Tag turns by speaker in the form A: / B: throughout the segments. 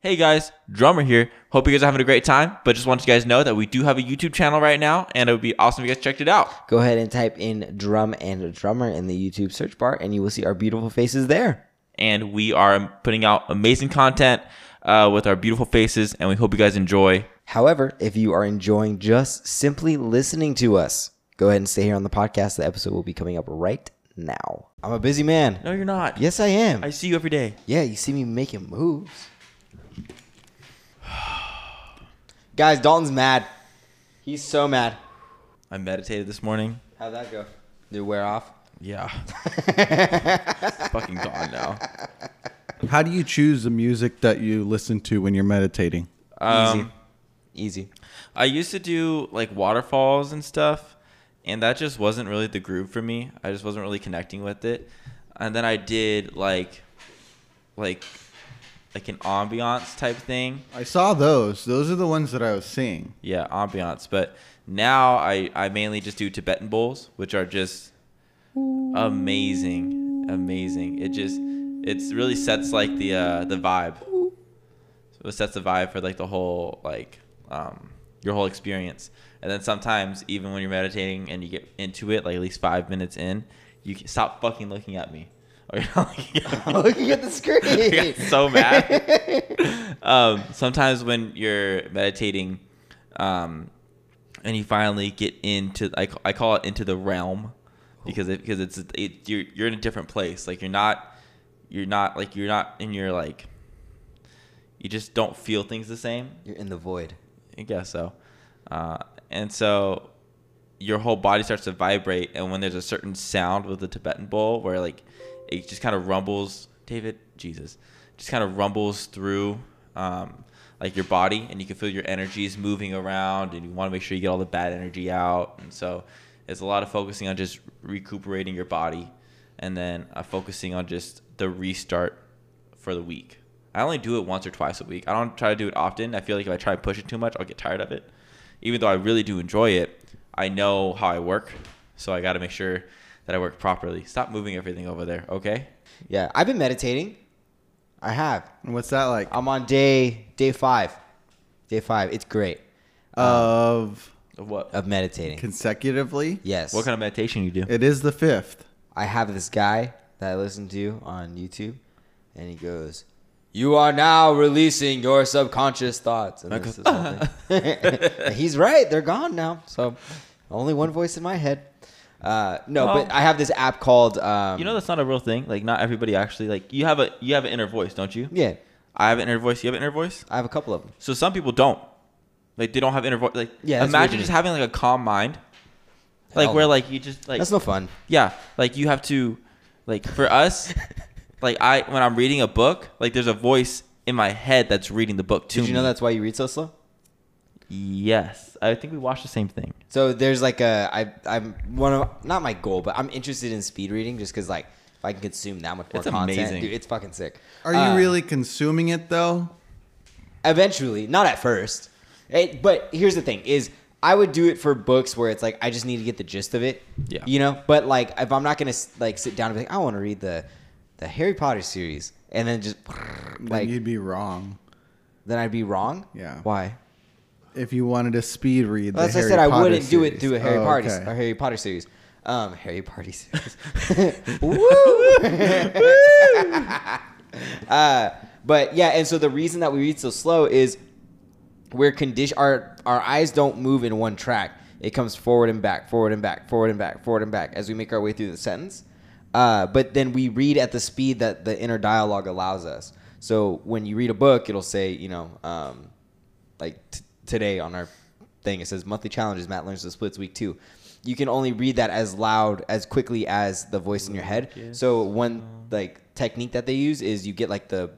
A: Hey guys, Drummer here. Hope you guys are having a great time, but just want you guys to know that we do have a YouTube channel right now, and it would be awesome if you guys checked it out.
B: Go ahead and type in drum and drummer in the YouTube search bar, and you will see our beautiful faces there.
A: And we are putting out amazing content uh, with our beautiful faces, and we hope you guys enjoy.
B: However, if you are enjoying just simply listening to us, go ahead and stay here on the podcast. The episode will be coming up right now. I'm a busy man.
A: No, you're not.
B: Yes, I am.
A: I see you every day.
B: yeah, you see me making moves. Guys, Dalton's mad. He's so mad.
A: I meditated this morning.
B: How'd that go? Did it wear off?
A: Yeah. fucking gone now.
C: How do you choose the music that you listen to when you're meditating?
A: Um,
B: Easy.
A: I used to do like waterfalls and stuff, and that just wasn't really the groove for me. I just wasn't really connecting with it. And then I did like, like, like an ambiance type thing.
C: I saw those. Those are the ones that I was seeing.
A: Yeah, ambiance. But now I I mainly just do Tibetan bowls, which are just amazing, amazing. It just it's really sets like the uh, the vibe. So it sets the vibe for like the whole like um, your whole experience. And then sometimes even when you're meditating and you get into it, like at least five minutes in, you can, stop fucking looking at me. Or you're not looking at me.
B: Looking at the screen.
A: I got so mad. um, sometimes when you're meditating, um, and you finally get into I, ca- I call it into the realm because it, because it's it, you're you're in a different place. Like you're not you're not like you're not in your like you just don't feel things the same.
B: You're in the void.
A: I guess so. Uh, and so your whole body starts to vibrate, and when there's a certain sound with the Tibetan bowl, where like it just kind of rumbles, David, Jesus, just kind of rumbles through um, like your body, and you can feel your energies moving around, and you want to make sure you get all the bad energy out. And so it's a lot of focusing on just recuperating your body, and then uh, focusing on just the restart for the week. I only do it once or twice a week. I don't try to do it often. I feel like if I try and push it too much, I'll get tired of it. Even though I really do enjoy it, I know how I work, so I got to make sure that I work properly. Stop moving everything over there, okay?
B: Yeah, I've been meditating. I have.
C: And what's that like?
B: I'm on day day five. Day five. It's great.
C: of
A: What
B: Of meditating.
C: consecutively?
B: yes.
A: what kind of meditation you do?
C: It is the fifth.
B: I have this guy that I listen to on YouTube, and he goes, "You are now releasing your subconscious thoughts." And this is something. He's right; they're gone now. So, only one voice in my head. Uh, no, but
A: Well-
B: I have this app called. Um,
A: You know that's not a real thing. Like not everybody actually like you have a you have an inner voice, don't you?
B: Yeah,
A: I have an inner voice. You have an inner voice.
B: I have a couple of them.
A: So some people don't. Like they don't have inner voice. Like
B: Yeah, that's weird to
A: imagine
B: me.
A: just having like a calm mind. Like
B: Hell
A: where
B: no.
A: like you just like
B: That's no fun.
A: Yeah, like you have to, like for us, like I when I'm reading a book, like there's a voice in my head that's reading the book to
B: Did you know
A: me.
B: that's why you read so slow?
A: Yes, I think we watched the same thing.
B: So there's like a I I'm one of not my goal, but I'm interested in speed reading just because like if I can consume that much more
A: It's
B: content,
A: amazing.
B: dude, it's fucking sick.
C: Are you
B: Uh,
C: really consuming it though?
B: eventually not at first It- but here's the thing is i would do it for books where it's like i just need to get the gist of it
A: Yeah.
B: you know but like if i'm not gonna s- like sit down and be like i want to read the the harry potter series and then just
C: Like
B: like
C: you'd be wrong
B: then i'd be wrong
C: Yeah.
B: why
C: if you wanted to speed read.
B: well,
C: the
B: that's what i
C: Harry
B: said i
C: Potter
B: wouldn't do it
C: series.
B: through a harry
C: Oh,
B: potter
C: okay.
B: or harry potter series um harry party series Woo! uh but yeah and so the reason that we read so slow is we're condition our our eyes don't move in one track. It comes forward and back, forward and back, forward and back, forward and back as we make our way through the sentence. Uh, but then we read at the speed that the inner dialogue allows us. So when you read a book, it'll say, you know, um, like t- today on our thing, it says monthly challenges. Matt learns the splits week two. You can only read that as loud, as quickly as the voice in your head. So one like technique that they use is you get like the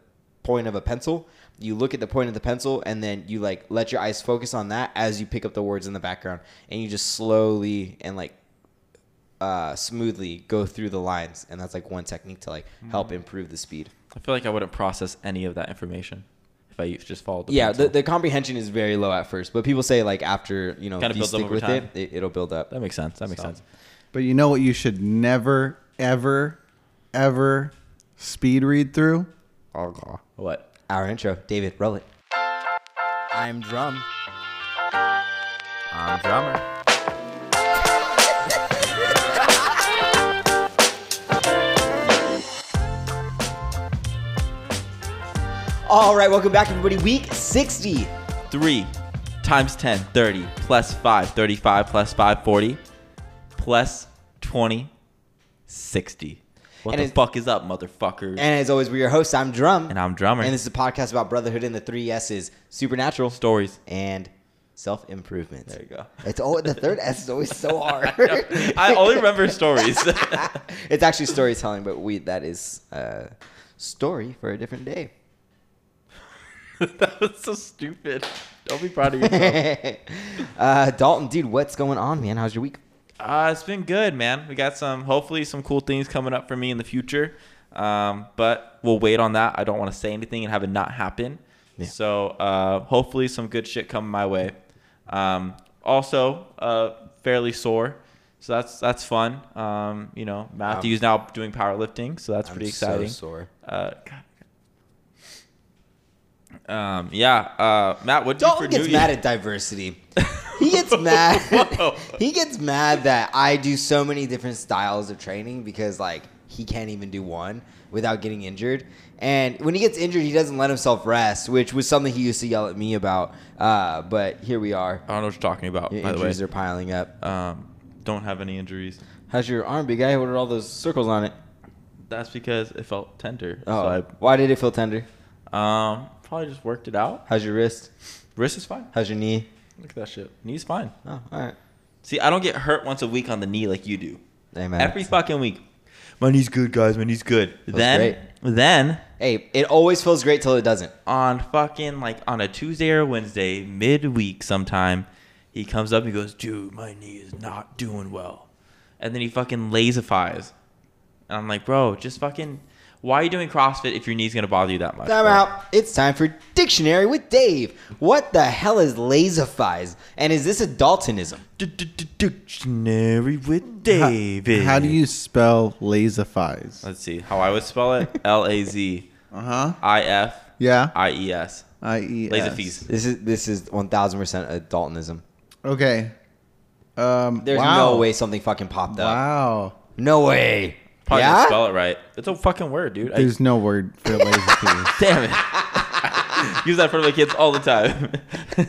B: point of a pencil. You look at the point of the pencil, and then you like let your eyes focus on that as you pick up the words in the background, and you just slowly and like uh, smoothly go through the lines, and that's like one technique to like help improve the speed.
A: I feel like I wouldn't process any of that information if I used- just followed the
B: yeah,
A: pencil.
B: the, the comprehension is very low at first, but people say like after you know
A: Kinda
B: if you
A: builds up
B: stick
A: over
B: with it,
A: time.
B: it, it'll build up.
A: that makes sense. That makes sense.
C: But you know what? You should never, ever, ever speed read through
A: What?
B: Our intro. David, roll it. I'm drum.
A: I'm drummer.
B: All right, welcome back, everybody. Week 60.
A: Three times 10, 30, plus five, 35, plus five, 40, plus 20, 60. What
B: And
A: the
B: it-
A: fuck is up, motherfucker?
B: And as always, we're your hosts. I'm Drum.
A: And I'm drummer.
B: And this is a podcast about brotherhood and the three S's supernatural
A: Stories.
B: and self improvement.
A: There you go.
B: It's always, the third S is always so hard.
A: I only remember stories.
B: it's actually storytelling, but we that is uh, story for a different day.
A: that was so stupid. Don't be proud of yourself.
B: uh, Dalton, dude, what's going on, man? How's your week?
A: Uh, it's been good, man. We got some, hopefully, some cool things coming up for me in the future. Um, but we'll wait on that. I don't want to say anything and have it not happen.
B: Yeah.
A: So uh, hopefully, some good shit coming my way. Um, also, uh, fairly sore, so that's that's fun. Um, you know, Matthew's now doing powerlifting, so that's pretty exciting.
B: sore.
A: Uh, God. Um, yeah, uh, Matt, what do you for
B: Dalton
A: New
B: gets
A: Year's?
B: mad at diversity. He gets mad.
A: Whoa.
B: he gets mad that I do so many different styles of training because like he can't even do one without getting injured. And when he gets injured, he doesn't let himself rest, which was something he used to yell at me about. Uh, but here we are.
A: I don't know what you're talking about.
B: Your
A: by the way,
B: injuries are piling up.
A: um, don't have any injuries.
B: How's your arm, big guy? What are all those circles on it?
A: That's because it felt tender.
B: Oh,
A: So
B: why did it feel tender?
A: I um, probably just worked it out.
B: How's your wrist?
A: Wrist is fine.
B: How's your knee?
A: Look at that shit. Knee's fine.
B: Oh, all right.
A: See, I don't get hurt once a week on the knee like you do.
B: Amen.
A: Every fucking week. My knee's good, guys. My knee's good. then, then
B: hey, it always feels great till it doesn't.
A: on fucking like on a Tuesday or Wednesday, midweek sometime, he comes up and he goes, dude, my knee is not doing well. And then he fucking lazifies. And I'm like, bro, just fucking, why are you doing CrossFit if your knee's gonna bother you that much?
B: Time
A: bro?"
B: out. It's time for Dictionary with Dave. What the hell is lazifies? And is this a Daltonism?
A: Dictionary with
C: How-
A: David.
C: How, do you spell
B: Uh,
C: lazifies?
A: Let's see how I would spell it. L A Z
C: Uh huh.
A: I F
C: Yeah.
A: I E S.
C: I E.
A: Lazifies.
B: This is this is one thousand percent a Daltonism.
C: Okay. Um.
B: There's
C: wow.
B: no way something fucking popped up.
C: Wow.
B: No way.
A: Probably
B: yeah.
A: didn't spell it right. It's a fucking word, dude. I,
C: There's no word for lazifies.
A: damn it. Use that for my kids all the time.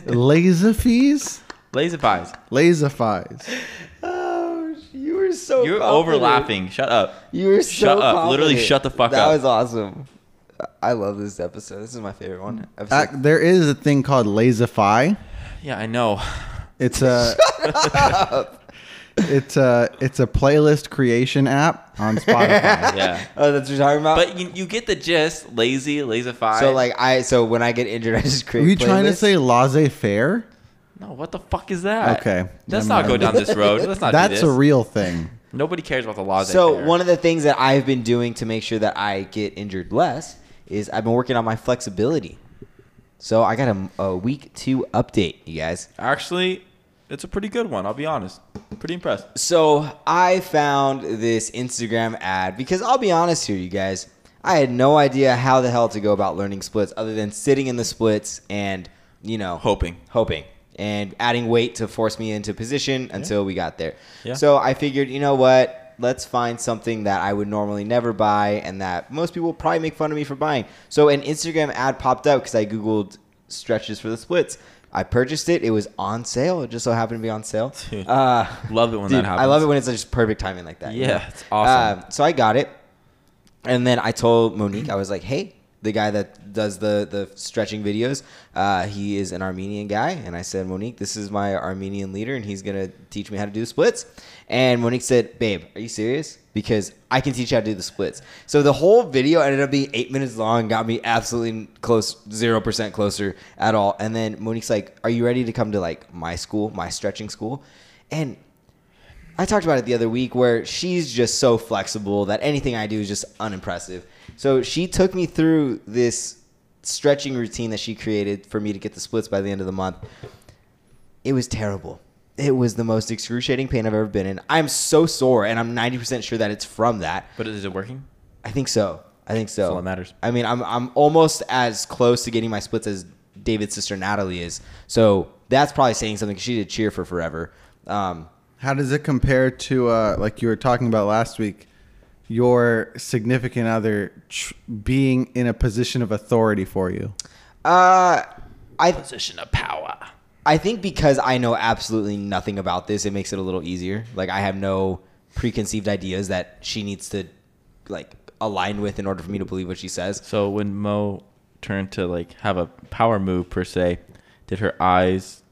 C: lazifies.
A: Lazy pies.
C: Lazifies.
B: oh, you were so.
A: You're
B: confident.
A: over laughing. Shut up.
B: You were so.
A: Shut up. Literally
B: confident.
A: shut the fuck
B: that
A: up.
B: That was awesome. I love this episode. This is my favorite one.
C: Uh,
B: Episode-
C: there is a thing called lazify.
A: Yeah, I know.
C: It's a it's a it's a playlist creation app on Spotify.
A: Yeah.
B: oh, that's what you're talking about.
A: But you, you get the gist. Lazy, lazy five.
B: so like I so when I get injured, I just create.
C: Are you trying to
B: playlists?
C: say laissez faire?
A: no, what the fuck is that?
C: Okay,
A: Let's
C: never
A: not go
C: mind.
A: down this road. Let's not do
C: That's
A: this.
C: a real thing.
A: Nobody cares about the laws.
B: So one of the things that I've been doing to make sure that I get injured less is I've been working on my flexibility. So I got a, a week two update, you guys.
A: Actually, it's a pretty good one. I'll be honest. Pretty impressed.
B: So I found this Instagram ad because I'll be honest here, you guys. I had no idea how the hell to go about learning splits other than sitting in the splits and, you know,
A: Hoping.
B: hoping and adding weight to force me into position until we got there.
A: Yeah.
B: So I figured, you know what? Let's find something that I would normally never buy and that most people probably make fun of me for buying. So an Instagram ad popped up because I Googled stretches for the splits. I purchased it. It was on sale. It just so happened to be on sale.
A: Dude,
B: Uh,
A: Love it when
B: dude,
A: that happens.
B: I love it when it's just perfect timing like that. you
A: Yeah,
B: know?
A: it's awesome.
B: Um, so I got it. And then I told Monique, I was like, hey, the guy that does the, the stretching videos, uh, he is an Armenian guy. And I said, Monique, this is my Armenian leader, and he's going to teach me how to do splits. And Monique said, babe, are you serious? Because I can teach you how to do the splits. So the whole video ended up being eight minutes long, got me absolutely close, 0% closer at all. And then Monique's like, are you ready to come to like my school, my stretching school? And I talked about it the other week where she's just so flexible that anything I do is just unimpressive. So she took me through this stretching routine that she created for me to get the splits by the end of the month. It was terrible. It was the most excruciating pain I've ever been in. I'm so sore, and I'm 90% sure that it's from that.
A: But is it working?
B: I think so. I think so.
A: That's all that matters.
B: I mean, I'm I'm almost as close to getting my splits as David's sister Natalie is. So that's probably saying something. 'cause She did cheer for forever. Um,
C: How does it compare to uh, like you were talking about last week? Your significant other tr- being in a position of authority for you.
B: uh, I
A: Position of power.
B: I think because I know absolutely nothing about this, it makes it a little easier. Like I have no preconceived ideas that she needs to like align with in order for me to believe what she says.
A: So when Mo turned to like have a power move per se, did her eyes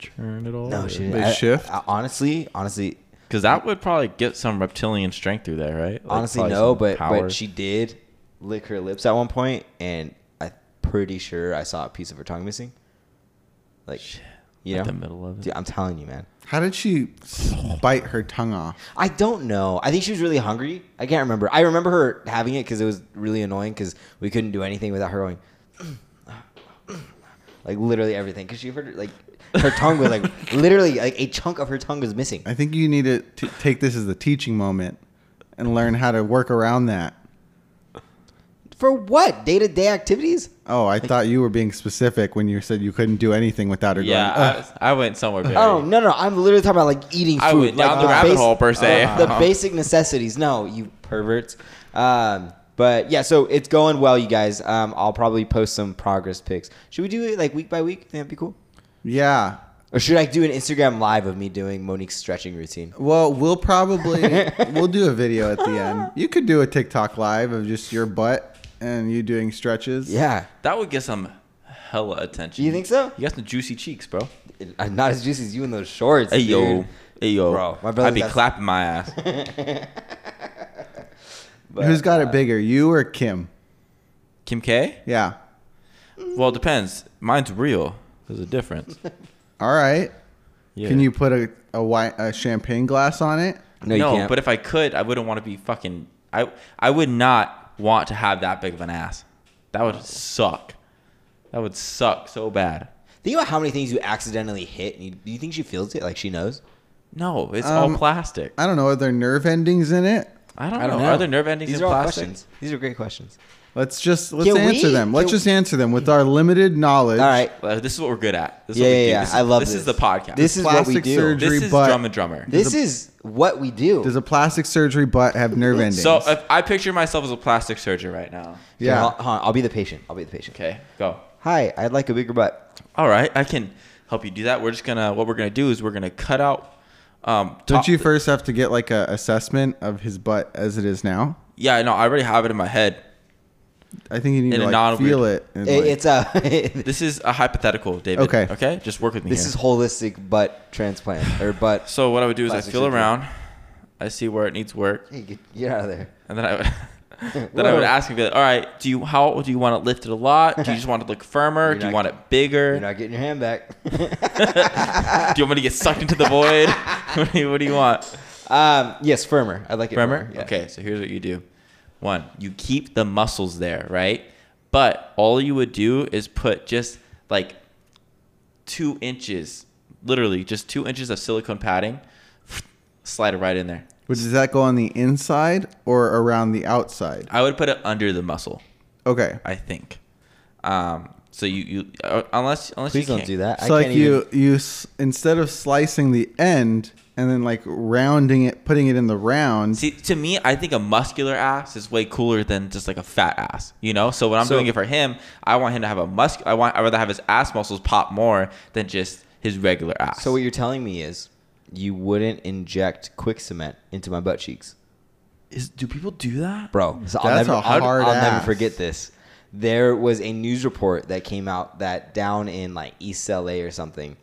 A: turn at all?
B: No, she
C: They
B: I-
C: shift?
B: I- honestly, honestly,
A: Because that would probably get some reptilian strength through there, right? Like,
B: honestly,
A: probably
B: no.
A: some
B: But
A: power.
B: but she did lick her lips at one point, and I'm pretty sure I saw a piece of her tongue missing. Like, you know,
A: At the middle of it.
B: Dude, I'm telling you, man.
C: How did she s- bite her tongue off?
B: I don't know. I think she was really hungry. I can't remember. I remember her having it because it was really annoying because we couldn't do anything without her going, like literally everything. Because she heard like her tongue was like literally like a chunk of her tongue was missing.
C: I think you need to t- take this as a teaching moment and learn how to work around that.
B: For what day to day activities?
C: Oh, I thought you were being specific when you said you couldn't do anything without her.
A: Yeah,
C: going,
A: I, was- I went somewhere. Very,
B: Oh no, no, I'm literally talking about like eating food,
A: I went
B: like
A: down the rabbit hole, per se. Uh-huh.
B: uh, the basic necessities. No, you perverts. Um, but yeah, so it's going well, you guys. Um, I'll probably post some progress pics. Should we do it like week by week? Think that'd be cool.
C: yeah.
B: Or should I do an Instagram live of me doing Monique's stretching routine?
C: Well, we'll probably we'll do a video at the end. You could do a TikTok live of just your butt and you doing stretches.
B: Yeah,
A: that would get some hella attention.
B: do you think so?
A: You got some juicy cheeks, bro.
B: I'm Uh, not as juicy as you in those shorts,
A: Hey yo,
B: dude.
A: hey yo,
B: Bro, my brother
A: I'd be
B: does-
A: clapping my ass.
B: But,
C: Who's got
B: uh,
C: it bigger, you or Kim?
A: Kim K?
C: Yeah.
A: Well, it depends. Mine's real. There's a difference.
C: All right.
A: Yeah.
C: Can you put a a, wine, a champagne glass on it?
B: No, you can't.
A: but if I could, I wouldn't want to be fucking. I I would not want to have that big of an ass. That would suck. That would suck so bad.
B: think about how many things you accidentally hit. And you, do you think she feels it? Like she knows?
A: No, it's
C: Um,
A: all plastic.
C: I don't know. Are there nerve endings in it?
A: I don't, know. Are there nerve endings
B: These
A: in
B: are all
A: plastic?
B: questions. These are great questions.
C: Let's just let's
B: Can
C: answer
B: we-
C: them. Let's
B: can-
C: just answer them with our limited knowledge.
B: All right.
A: Uh, this is what we're good at. This is
B: Yeah,
A: what we
B: yeah,
A: do.
B: yeah.
A: This is-
B: I love
A: This
B: this.
A: is the podcast.
B: This is what we
C: Plastic
B: do.
C: surgery.
A: This is
C: but-
A: drum and drummer.
B: This is what we do.
C: Does a plastic surgery butt have nerve endings?
A: So uh, if I picture myself as a plastic surgeon right now.
B: Here,
C: yeah.
B: I'll, hold on, I'll be the patient. I'll be the patient.
A: Okay, go.
B: Hi, I'd like a bigger butt.
A: All right, I can help you do that. We're just gonna what we're gonna do is we're gonna cut out. Um,
C: Don't
A: top-
C: you first have to get like a assessment of his butt as it is now?
A: Yeah, I know. I already have it in my head.
C: I think you need
A: In
C: to
A: a
C: like,
A: non-weird-
C: feel it. and,
B: It-
C: like-
B: it's uh, a.
A: This is a hypothetical, David.
C: Okay.
A: Okay. Just work with me.
B: this
A: here.
B: is holistic butt transplant or butt.
A: so what I would do is I
B: Plastic
A: feel
B: surgery.
A: around, I see where it needs work,
B: Hey, get, get out of there.
A: and then I would. Then I would
B: Whoa.
A: ask him, be like, "All right, do you how do you want it lifted a lot? Do you just want it to look firmer?
B: You're
A: Do you
B: not-
A: want it bigger?
B: You're not getting your hand back.
A: do you want me to get sucked into the void? what, do you, what do you want?
B: um, yes, firmer. I'd like it firmer.
A: Remember?
B: yeah.
A: Okay, so here's what you do. One, you keep the muscles there, right? But all you would do is put just like two inches, literally just two inches of silicone padding, slide it right in there.
C: But does that go on the inside or around the outside?
A: I would put it under the muscle,
C: Okay.
A: I think. Um, so you, you uh, unless unless
B: Please
A: you
B: don't
A: can't-
B: do that. I
C: So like
B: can't
C: you
B: even.
C: you s- instead of slicing the end and then like rounding it, putting it in the round.
A: See, to me, I think a muscular ass is way cooler than just like a fat ass. You know. So when I'm
B: So-
A: doing it for him, I want him to have a musc. I want. I rather have his ass muscles pop more than just his regular ass.
B: So what you're telling me is you wouldn't inject quick cement into my butt cheeks,
A: is, do people do that?
B: bro. So I'll
C: That's
B: never,
C: a hard
B: I'll, I'll
C: ass.
B: never forget this. There was a news report that came out that down in like East LA or something,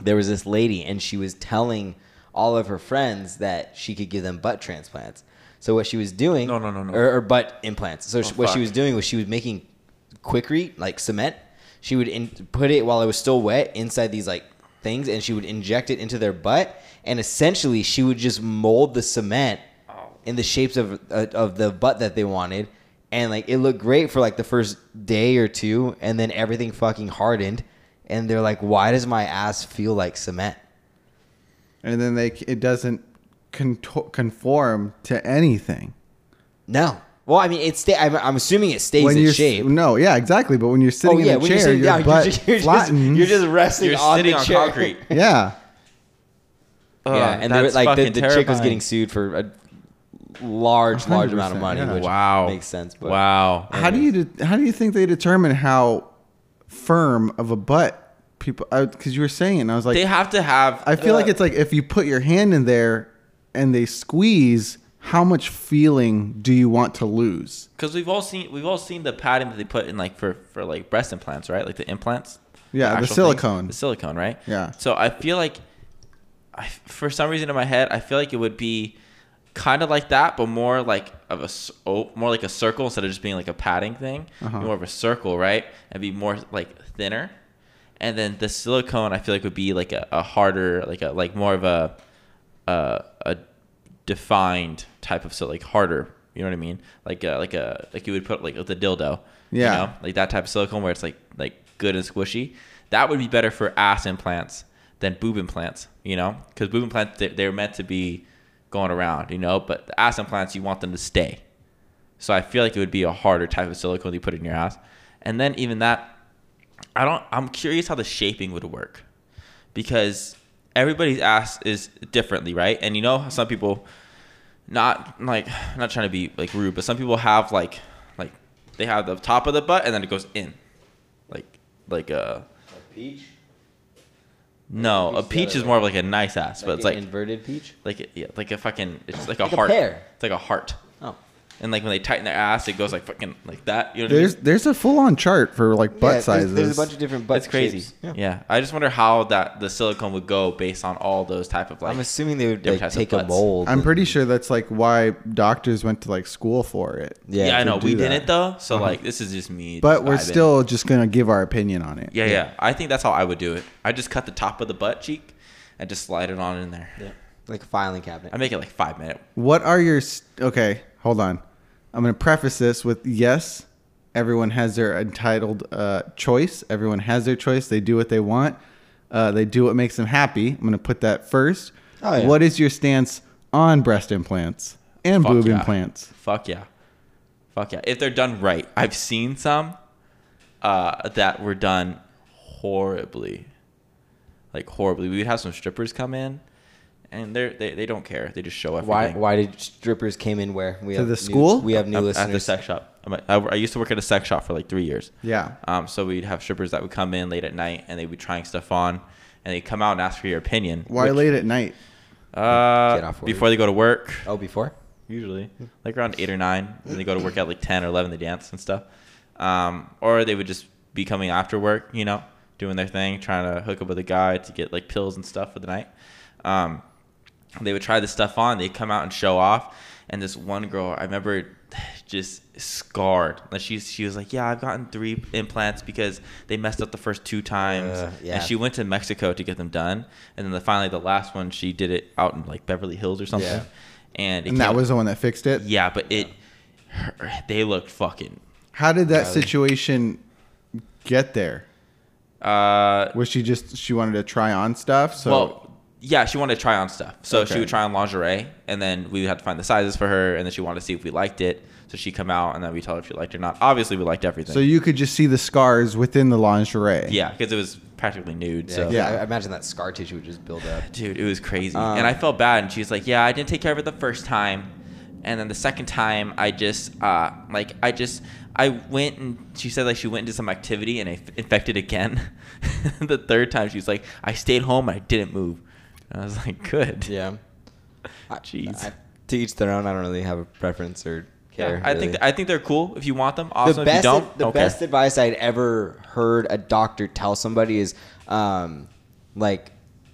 B: there was this lady and she was telling all of her friends that she could give them butt transplants. So what she was doing, er,
A: No, no, no, no.
B: or, or butt implants.
C: Oh,
B: So she- what
A: fuck.
B: she was doing was she was making quickrete like cement. She would in, put it while it was still wet inside these like things, and she would inject it into their butt, and essentially she would just mold the cement
C: Oh.
B: in the shapes of uh, of the butt that they wanted. And like it looked great for like the first day or two, and then everything fucking hardened, and they're like, "Why does my ass feel like cement?"
C: and then they c- it doesn't conto- conform to anything.
B: No. Well, I mean, it stay. I'm, I'm assuming it stays
C: when
B: in
C: you're
B: shape.
C: No, yeah, exactly. But when you're
B: oh
C: sitting
B: yeah,
C: in a
B: when
C: chair,
B: you're sitting
C: your
B: down, you're
C: butt
B: just, you're, just,
C: flattens.
B: you're just resting
A: You're
B: on
A: sitting
B: the
A: on
B: chair.
A: concrete.
C: yeah.
A: Ugh,
B: yeah, and they were,
A: that's
B: like the,
A: fucking
B: the chick was
A: terrifying.
B: getting sued for a large, large amount of
C: 100%,
B: money.
C: yeah.
B: Which
A: Wow.
B: makes sense. But
A: Wow.
C: How do you de- how do you think they determine how firm of a butt people? Because you were saying it, and I was like,
A: they have to have.
C: I feel like it's like if you put your hand in there and they squeeze, how much feeling do you want to lose?
A: because we've all seen we've all seen the padding that they put in like for for like breast implants, right? Like the implants.
C: Yeah, the
A: actual thing.
C: silicone.
A: The silicone, right?
C: Yeah.
A: So I feel like, I for some reason in my head, I feel like it would be kind of like that, but more like of a s- oh, more like a circle instead of just being like a padding thing.
C: Uh-huh.
A: More of a circle, right? And be more like thinner. And then the silicone, I feel like would be like a, a harder, like a like more of a a, a defined type of so like harder. You know what I mean? Like a, like a like you would put like with a dildo. you
C: Yeah.
A: know? Like that type of silicone where it's like like good and squishy. That would be better for ass implants than boob implants. You know, because boob implants they, they're meant to be going around. You know, but the ass implants you want them to stay. So I feel like it would be a harder type of silicone you put in your ass. And then even that, I don't. I'm curious how the shaping would work, because everybody's ass is differently, right? And you know, how some people, not like, not trying to be like rude, but some people have like, like they have the top of the butt and then it goes in, like, like a
B: peach,
A: no, a
B: Like a peach
A: peach is
B: salad.
A: more of like a nice ass, but it's like
B: inverted peach.
A: like a- yeah, like a fucking it's like,
B: Like
A: a
B: a
A: heart,
B: pear.
A: it's like a heart,
B: Oh,
A: and like when they tighten their ass, it goes like fucking like that. You know what I mean?
C: There's there's a full on chart for like butt sizes.
B: There's, a bunch of different butt
A: That's crazy.
B: shapes.
A: Yeah. I just wonder how that the silicone would go based on all those type of like.
B: I'm assuming they would
A: different
B: like,
A: types of
B: take a
A: butts.
B: mold.
C: I'm
B: and-
C: pretty sure that's like why doctors went to like school for it.
A: yeah, I
C: to
A: know
C: do
A: we
C: that.
A: didn't though, so like this is just me.
C: But
A: just
C: we're
A: vibing.
C: still just gonna give our opinion on it.
A: Yeah, yeah. I think that's how I would do it. I just cut the top of the butt cheek and just slide it on in there.
B: like a filing cabinet.
A: I make it like five minute.
C: What are your s- okay? Hold on. I'm gonna preface this with yes. Everyone has their entitled uh, choice. Everyone has their choice. They do what they want. Uh, they do what makes them happy. I'm gonna put that first.
B: Oh, yeah.
C: What is your stance on breast implants and
A: Fuck
C: boob
A: yeah.
C: implants?
A: Fuck yeah, fuck yeah. If they're done right, I've seen some uh, that were done horribly, like horribly. We would have some strippers come in, and they're, they they don't care. They just show everything.
B: why? Why did strippers came in where we
C: To
B: have
C: the
B: new-
C: school?
B: we have new
A: at,
B: listeners.
A: at the sex shop. I'm a- I, I used to work at a sex shop for like three years.
C: Yeah.
A: Um, so we'd have strippers that would come in late at night and they'd be trying stuff on, and they'd come out and ask for your opinion.
C: Why
A: which-
C: late at night?
A: Uh,
B: Get off work.
A: before they go to work,
B: Oh, before.
A: usually like around eight or nine, and they go to work at like ten or eleven. They dance and stuff, um, or they would just be coming after work, you know, doing their thing, trying to hook up with a guy to get like pills and stuff for the night. Um, they would try this stuff on. They'd come out and show off. And this one girl, I remember, just scarred. Like she, she was like, "Yeah, I've gotten three implants because they messed up the first two times."
B: Uh, yeah.
A: And she went to Mexico to get them done. And then the, finally, the last one, she did it out in like Beverly Hills or something.
B: Yeah.
A: And, it
C: And that
A: came-
C: was the one that fixed it.
A: yeah, but it, her- they looked fucking.
C: How did that
B: Yeah.
C: situation get there?
A: Uh,
C: Was she just she wanted to try on stuff? So
A: well, yeah, she wanted to try on stuff, so she
C: Okay.
A: would try on lingerie, and then we would have to find the sizes for her, and then she wanted to see if we liked it, so she'd come out, and then we tell her if she liked it or not. Obviously, we liked everything.
C: so you could just see the scars within the lingerie.
A: yeah, because it was practically nude.
B: Yeah,
A: so
B: 'cause
C: Yeah.
B: I, I imagine that scar tissue would just build up.
A: dude, it was crazy,
B: Um,
A: and I felt bad. And she was like, "Yeah, I didn't take care of it the first time, and then the second time, I just, uh, like, I just." I went and she said like she went into some activity and I f- infected again. the third time she was like, I stayed home and I didn't move. And I was like, good.
B: Yeah. I-
A: Jeez.
B: I- to each their own. I don't really have a preference or care.
A: I think
B: really.
A: I think they're cool. If you want them, awesome.
B: the best,
A: if you don't,
B: the
A: okay.
B: best advice I'd ever heard a doctor tell somebody is, um, like,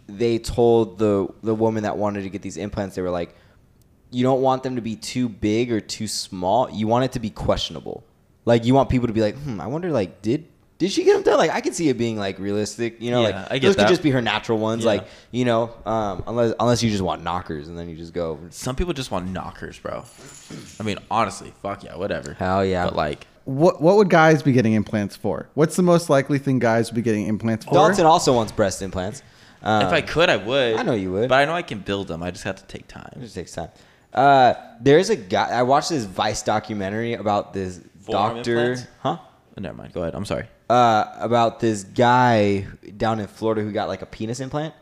B: they told the the woman that wanted to get these implants, they were like, you don't want them to be too big or too small. You want it to be questionable. Like, you want people to be like, hmm, I wonder, like, did did she get them done? Like, I can see it being like realistic. You know,
A: Yeah,
B: like
A: I get
B: those
A: that.
B: could just be her natural ones.
A: Yeah.
B: Like, you know, um, unless unless you just want knockers and then you just go.
A: Some people just want knockers, bro. I mean, honestly, fuck yeah, whatever.
B: Hell yeah.
A: But like,
C: What what would guys be getting implants for? What's the most likely thing guys would be getting implants for?
B: Dalton also wants breast implants. Um,
A: if I could, I would.
B: I know you would.
A: But I know I can build them. I just have to take time.
B: It just takes time. Uh, there's a guy. I watched this Vice documentary about this
A: Forearm
B: doctor,
A: implants?
B: huh?
A: Oh, never mind. Go ahead. I'm sorry.
B: Uh, about this guy down in Florida who got like a penis implant.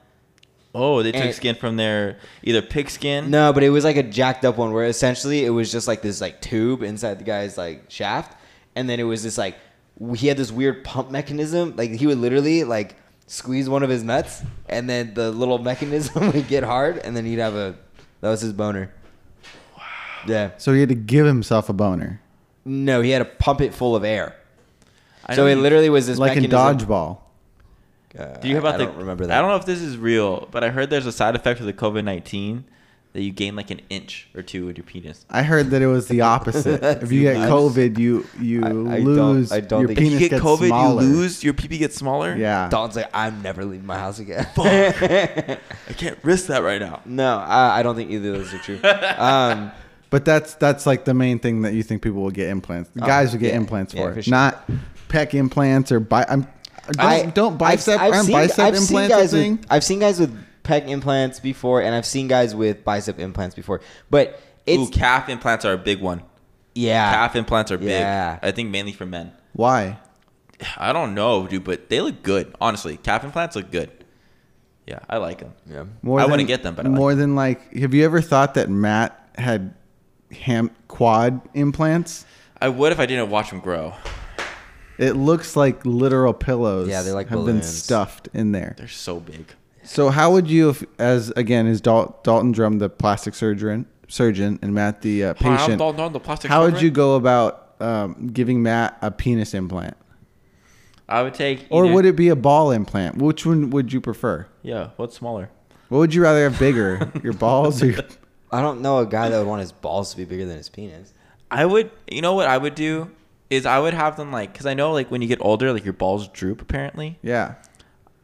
A: Oh, they took
B: And-
A: skin from their either pig skin.
B: No, but it was like a jacked up one where essentially it was just like this like tube inside the guy's like shaft, and then it was this like w- he had this weird pump mechanism. Like he would literally like squeeze one of his nuts, and then the little mechanism would get hard, and then he'd have a that was his boner. Wow. Yeah.
C: So he had to give himself a boner,
B: No, he had to pump it full of air.
A: I
B: so
A: don't
B: it
A: even-
B: literally was this
C: like in
B: mechanism-
C: dodgeball.
B: Uh,
A: Do you hear about
B: I
A: the?
B: don't remember that.
A: I don't know if this is real, but I heard there's a side effect of the COVID nineteen that you gain like an inch or two with your penis.
C: I heard that it was the opposite. if you get
B: That's-
C: COVID, you you
B: I- I don't-
C: lose.
B: I don't
C: your
B: think-
A: If
C: penis
A: you get
C: gets
A: COVID,
C: smaller.
A: you lose. Your pee gets smaller.
C: Yeah.
B: Dalton's like, I'm never leaving my house again.
A: I can't risk that right now.
B: no, I, I don't think either of those are true. Um,
C: But that's that's like the main thing that you think people will get implants. The guys will get
B: Oh, yeah,
C: implants
B: yeah,
C: for,
B: for
C: it.
B: sure.
C: not pec implants or bi. I'm, don't, don't
B: I've-
C: bicep.
B: I've
C: aren't
B: seen-
C: bicep
B: I've seen
C: implants a
B: guys with-
C: thing.
B: I've seen guys with pec implants before, and I've seen guys with bicep implants before. But it's
A: Ooh, calf implants are a big one.
B: yeah,
A: Calf implants are big.
B: Yeah.
A: I think mainly for men.
C: Why?
A: I don't know, dude, but they look good. Honestly, calf implants look good. Yeah, I like them.
B: yeah.
A: I
C: than-
A: wouldn't get them, but I like
C: more than like, have you ever thought that Matt had ham quad implants?
A: I would if I didn't watch them grow.
C: It looks like literal pillows.
B: Yeah, they're like
C: have been
B: balloons.
C: stuffed in there.
A: They're so big.
C: So how would you, if, as again, is Dal- Dalton Drum the plastic surgeon, surgeon, and Matt the uh,
A: Hi, I'm
C: patient?
A: Dalton Drum, the plastic
C: How would
A: surgeon.
C: you go about um, giving Matt a penis implant,
A: I would take.
C: or
A: either-
C: would it be a ball implant? Which one would you prefer?
A: Yeah, what's smaller?
C: What would you rather have bigger, your balls or your?
B: I don't know a guy that would want his balls to be bigger than his penis.
A: I would. You know what I would do is I would have them like because I know like when you get older, like your balls droop apparently.
C: Yeah.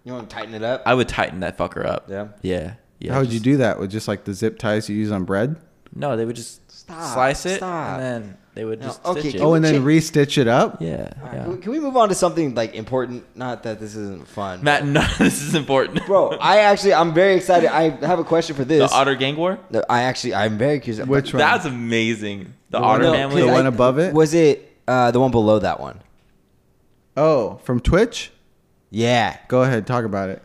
B: You want to tighten it up?
A: I would tighten that fucker up.
B: Yeah?
A: Yeah. Yeah.
C: How would you
A: just-
C: do that with just like the zip ties you use on bread?
A: No, they would just
B: Stop,
A: slice it
B: stop.
A: and then they would
B: No,
A: just
B: okay,
A: stitch it.
B: can
C: Oh,
B: we
C: and then
B: check-
C: re-stitch it up.
A: yeah.
B: All right,
A: yeah.
B: can, we, can we move on to something like important? Not that this isn't fun,
A: Matt, no, this is important.
B: bro. I actually, I'm very excited. I have a question for
A: the
B: this.
A: Otter Gang War.
B: No, I actually, I'm very curious.
C: Which one?
A: That's amazing. The,
C: The
A: Otter
C: one-
A: family.
C: the
B: because
C: one
B: I-
C: above it?
B: was it uh, the one below that one?
C: Oh, from Twitch.
B: Yeah,
C: Go ahead, talk about it.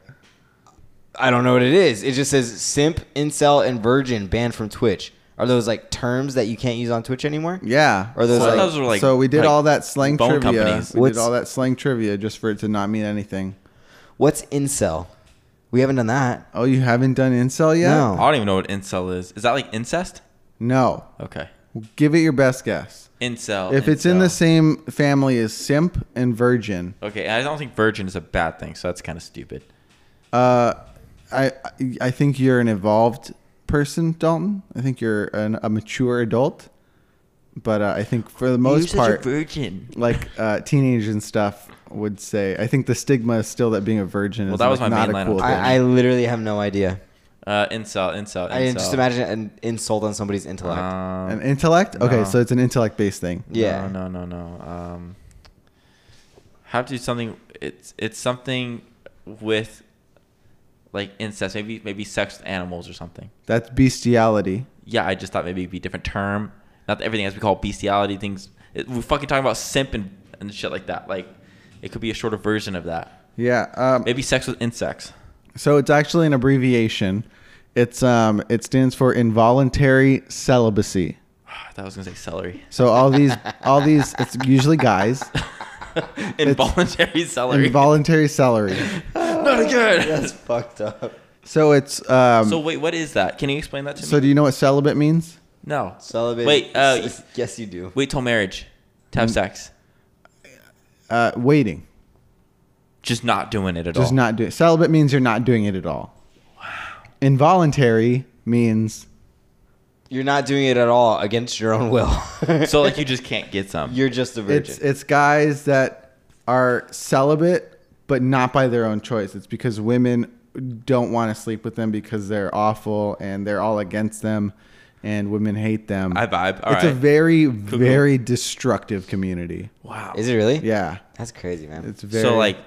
B: I don't know what it is. It just says simp, incel, and virgin banned from Twitch. Are those like terms that you can't use on Twitch anymore?
C: Yeah.
B: Or those,
A: So
B: like-
A: those were like
C: so we did
A: like
C: all that slang
A: phone
C: trivia.
A: companies.
C: We
B: What's-
C: did all that slang trivia just for it to not mean anything.
B: What's incel? We haven't done that.
C: Oh, you haven't done incel yet?
A: I
B: No.
A: don't even know what incel is. Is that like incest?
C: No.
A: Okay.
C: Give it your best guess.
A: Incel.
C: If it's in the
A: incel.
C: same family as simp and virgin,
A: Okay, and I don't think virgin is a bad thing, so that's kind of stupid.
C: uh, I I think you're an evolved person, Dalton. I think you're an, a mature adult. But uh, I think for the most part,
A: virgin.
C: like uh, teenagers and stuff would say, I think the stigma is still that being a virgin
A: Well,
C: is
A: that was
C: like,
A: my
C: not
A: main
C: a
A: line
C: cool
A: of
C: thing.
B: I, I literally have no idea.
A: Uh, incel, incel, incel.
B: I just imagine an insult on somebody's intellect.
A: Um,
C: an intellect? Okay,
A: no.
C: so it's an intellect based thing.
B: yeah.
A: No, no, no, no. Um, have to do something. It's it's something with like incest. Maybe maybe sex with animals or something.
C: That's bestiality.
A: Yeah, I just thought maybe it'd be a different term. Not that everything has to be called bestiality. Things it, we're fucking talking about simp and, and shit like that. Like it could be a shorter version of that.
C: Yeah. Um,
A: Maybe sex with insects.
C: So it's actually an abbreviation. It's um it stands for involuntary celibacy.
A: I thought I was gonna say celery.
C: So all these all these it's usually guys.
A: Involuntary celery.
C: Involuntary celery.
A: Not again.
B: That's fucked up.
C: So it's um
A: So
C: so,
A: wait, what is that? Can you explain that to me?
C: do you know what celibate means?
A: no.
B: Celibate.
A: Wait, uh,
B: yes, you do.
A: wait till marriage to
C: Mm.
A: have sex.
C: Uh waiting.
A: Just not doing it at all.
C: Just not doing celibate means you're not doing it at all. Involuntary means
B: You're not doing it at all against your own will.
A: so like you just can't get some.
B: you're just a virgin.
C: it's it's guys that are celibate but not by their own choice. It's because women don't want to sleep with them because they're awful and they're all against them and women hate them.
A: I vibe. All
C: it's a
A: right.
C: very very destructive community.
A: wow.
B: Is it really?
C: Yeah.
B: That's crazy, man.
C: It's very
A: so like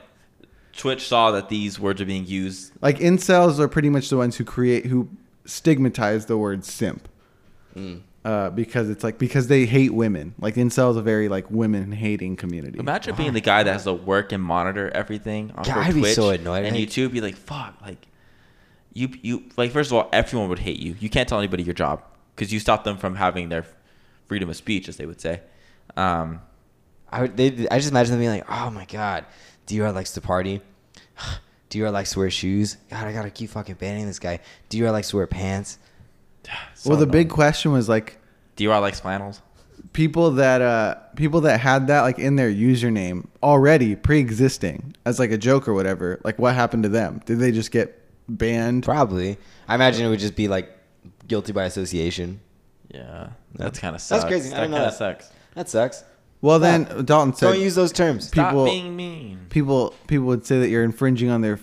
A: Twitch saw that these words are being used.
C: like incels are pretty much the ones who create who stigmatize the word simp.
A: Mm.
C: Uh, because it's like because they hate women. Like incel is a very like women hating community.
A: Imagine being the guy that has to work and monitor everything on
B: God,
A: for
B: I'd be
A: Twitch
B: so annoyed.
A: and
B: I-
A: YouTube. Be like, fuck, like you, you, like first of all, everyone would hate you. You can't tell anybody your job because you stop them from having their freedom of speech, as they would say. Um,
B: I would, they, I just imagine them being like, oh my god, Dior likes to party. Dior likes to wear shoes. God, I gotta keep fucking banning this guy. Dior likes to wear pants.
A: so
C: well, the big
A: annoying.
C: question was like
A: DRI likes flannels.
C: people that uh people that had that like in their username already pre-existing as like a joke or whatever. Like what happened to them? Did they just get banned?
B: Probably. I imagine it would just be like guilty by association.
A: Yeah, that's kind of sucks.
B: That's crazy. I
A: That
B: didn't know
A: kind of
B: that.
A: sucks.
B: That sucks.
C: Well, then Dalton said
B: Don't use those terms.
A: Stop
C: People-
A: being mean.
C: people people would say that you're infringing on their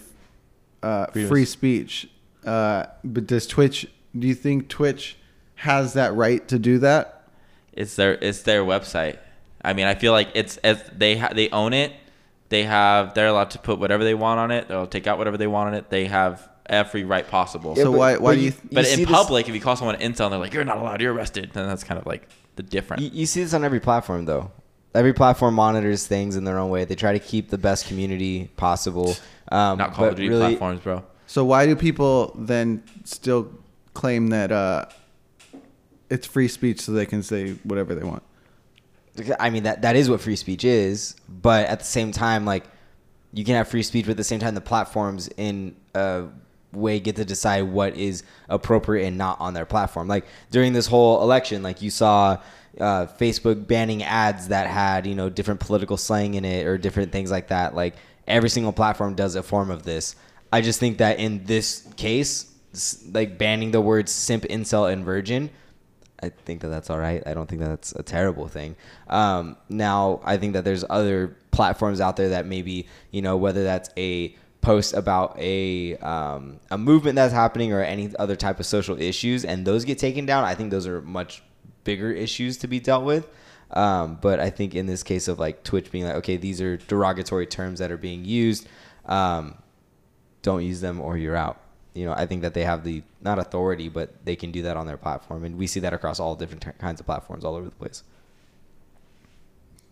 C: uh,
A: Freedoms.
C: free speech. Uh, but does Twitch? Do you think Twitch has that right to do that?
A: It's their it's their website. I mean, I feel like it's as they ha- they own it. They have they're allowed to put whatever they want on it. They'll take out whatever they want on it. They have every right possible.
B: but-
C: So why- why
B: but
C: do you-
A: but
B: see
A: in
B: this-
A: public, if you call someone an incel, they're like, "You're not allowed. You're arrested." Then that's kind of like the different.
B: You, you see this on every platform, though. Every platform monitors things in their own way. They try to keep the best community possible. Um,
A: not Call of
B: but
A: Duty
B: really,
A: platforms, bro.
C: So why do people then still claim that uh, it's free speech so they can say whatever they want?
B: I mean that that is what free speech is, but at the same time, like you can have free speech, but at the same time, the platforms in a way get to decide what is appropriate and not on their platform. Like during this whole election, like you saw uh, Facebook banning ads that had you know different political slang in it or different things like that. Like every single platform does a form of this. I just think that in this case, s- like banning the words simp, incel, and virgin, I think that that's all right. I don't think that that's a terrible thing. Um, now, I think that there's other platforms out there that maybe you know whether that's a post about a um, a movement that's happening or any other type of social issues, and those get taken down. I think those are much bigger issues to be dealt with. Um, but I think in this case of like Twitch being like, okay, these are derogatory terms that are being used. Um, don't use them or you're out. You know, I think that they have the not authority, but they can do that on their platform, and we see that across all different t- kinds of platforms all over the place.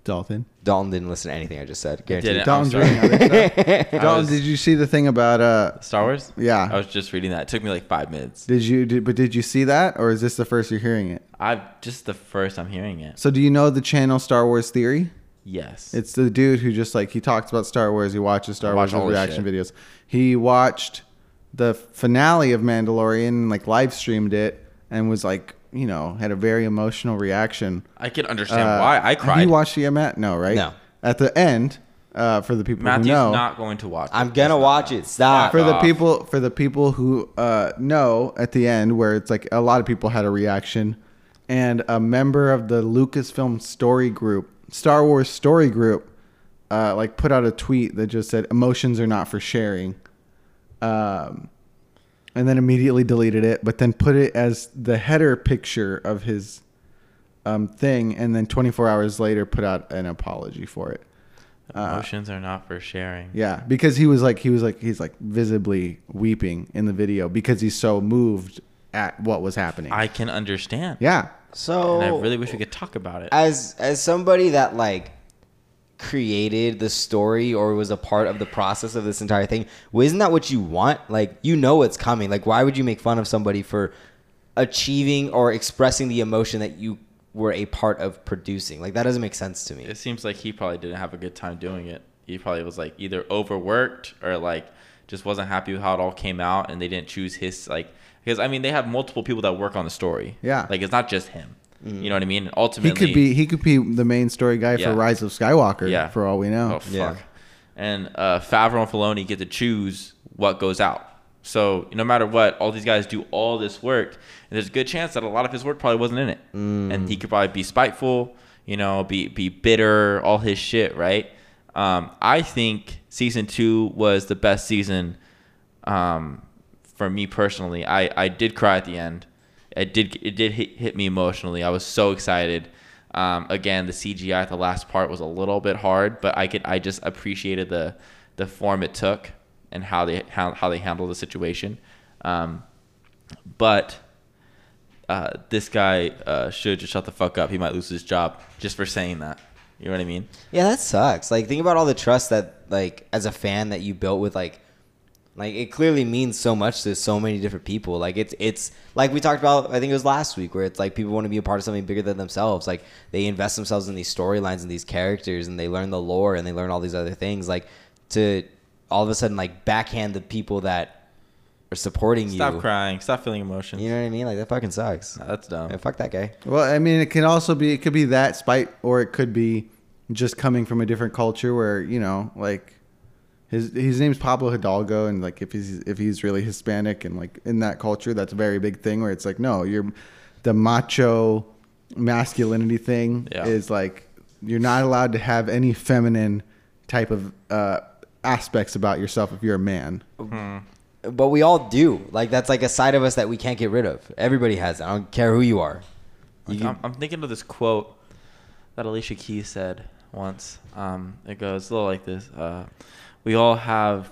C: Dalton,
B: Dalton didn't listen to anything I just said. Guaranteed.
A: didn't. Yeah, I'm
C: Dalton's
A: sorry.
C: reading other stuff. Dalton,
A: was-
C: did you see the thing about? Uh,
A: Star Wars.
C: Yeah.
A: I was just reading that. It took me like five minutes.
C: did you? Did, but did you see that, or is this the first you're hearing it?
A: I've just the first I'm hearing it.
C: So do you know the channel Star Wars Theory?
A: Yes.
C: It's the dude who just like he talks about Star Wars. He watches Star
A: I watch
C: Wars
A: all this
C: reaction videos. He watched the finale of Mandalorian, like live streamed it, and was like, you know, had a very emotional reaction.
A: I can understand
C: Uh,
A: why I
C: have
A: cried.
C: You watched it yet, Matt? No, right?
B: No.
C: At the end, uh, for the people
A: Matthew's
C: who know,
A: not going to watch.
B: I'm gonna watch it. Stop.
C: for the
A: off.
C: people for the people who uh, know at the end where it's like a lot of people had a reaction and a member of the lucasfilm story group star wars story group uh, like put out a tweet that just said emotions are not for sharing um, and then immediately deleted it but then put it as the header picture of his um, thing and then 24 hours later put out an apology for it Uh-uh.
A: Emotions are not for sharing.
C: yeah, because he was like he was like he's like visibly weeping in the video because he's so moved at what was happening.
A: I can understand.
C: yeah.
B: so
A: And I really wish we could talk about it.
B: as as somebody that like created the story or was a part of the process of this entire thing well, isn't that what you want like you know what's coming like why would you make fun of somebody for achieving or expressing the emotion that you were a part of producing like that doesn't make sense to me
A: It seems like he probably didn't have a good time doing it. He probably was like either overworked or like just wasn't happy with how it all came out, and they didn't choose his like because I mean they have multiple people that work on the story.
C: Yeah. Mm.
A: like it's not just him. You know what I mean? And
C: He
A: ultimately,
C: could be he could be the main story guy
A: Yeah.
C: for Rise of Skywalker
A: Yeah.
C: for all we
A: Oh
C: know.
A: fuck!
B: Yeah.
A: And uh, Favreau and Filoni get to choose what goes out. So no matter what, all these guys do all this work, and there's a good chance that a lot of his work probably wasn't in it, and he could probably be spiteful, you know, be be bitter, all his shit, right? Um, I think season two was the best season um, for me personally, I, I did cry at the end. It did it did hit, hit me emotionally. I was so excited. Um, again, the CGI at the last part was a little bit hard, but I could I just appreciated the the form it took and how they how, how they handled the situation. Um, but uh, this guy uh, should just shut the fuck up. He might lose his job just for saying that. You know what I mean?
B: Yeah, that sucks. Like think about all the trust that like as a fan that you built with like like it clearly means so much to so many different people. Like it's it's like we talked about I think it was last week where it's like people want to be a part of something bigger than themselves. Like they invest themselves in these storylines and these characters and they learn the lore and they learn all these other things. Like to all of a sudden like backhand the people that are supporting
A: Stop
B: you.
A: crying. Stop feeling emotions.
B: You know what I mean? Like that fucking sucks.
A: Nah, that's dumb.
B: Yeah, fuck that guy.
C: Well, I mean, it can also be it could be that spite, or it could be just coming from a different culture where you know, like his his name's Pablo Hidalgo, and like if he's if he's really Hispanic and like in that culture, that's a very big thing where it's like, no, you're the macho masculinity thing
A: Yeah.
C: is like you're not allowed to have any feminine type of uh, aspects about yourself if you're a man.
B: But we all do. Like that's like a side of us that we can't get rid of. Everybody has it. I don't care who you are.
A: Like,
B: You-
A: I'm, I'm thinking of this quote that Alicia Keys said once. Um, it goes a little like this: uh, "We all have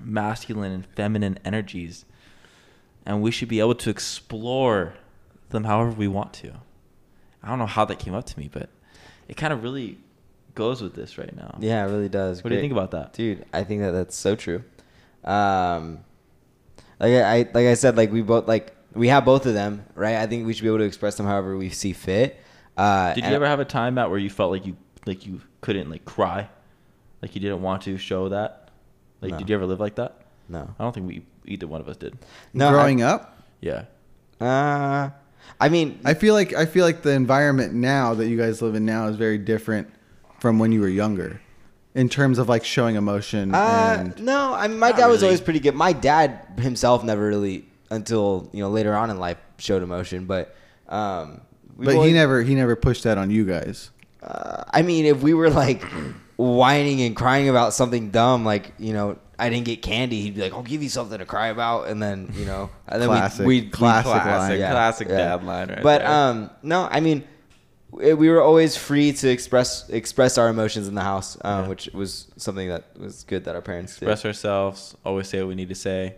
A: masculine and feminine energies, and we should be able to explore them however we want to." I don't know how that came up to me, but it kind of really goes with this right now.
B: Yeah, it really does.
A: What do you
B: Great.
A: think about that?
B: dude? I think that that's so true. Um, like I I- like I said, like we both like we have both of them, right? I think we should be able to express them however we see fit. Uh,
A: Did
B: and-
A: you ever have a time out where you felt like you like you couldn't like cry, like you didn't want to show that? Like,
B: No.
A: did you ever live like that?
B: No,
A: I don't think we either one of us did.
B: no.
C: Growing up,
A: Yeah.
B: I, uh, I mean,
C: I feel like I feel like the environment now that you guys live in now is very different from when you were younger, in terms of like showing emotion.
B: Uh,
C: and
B: no, I mean, my
A: Not
B: dad was
A: really.
B: always pretty good. My dad himself never really, until you know later on in life, showed emotion. But, um, we've
C: but
B: always-
C: he never he never pushed that on you guys.
B: Uh, I mean, if we were like whining and crying about something dumb, like you know, I didn't get candy, he'd be like, "I'll give you something to cry about," and then you know, and then we'd-
C: Classic.
B: we'd, we'd
C: Classic line.
A: Classic dad line right
B: But
A: there.
B: um, no, I mean, we we were always free to express express our emotions in the house, um,
A: Yeah.
B: which was something that was good that our parents did.
A: express ourselves, always say what we need to say,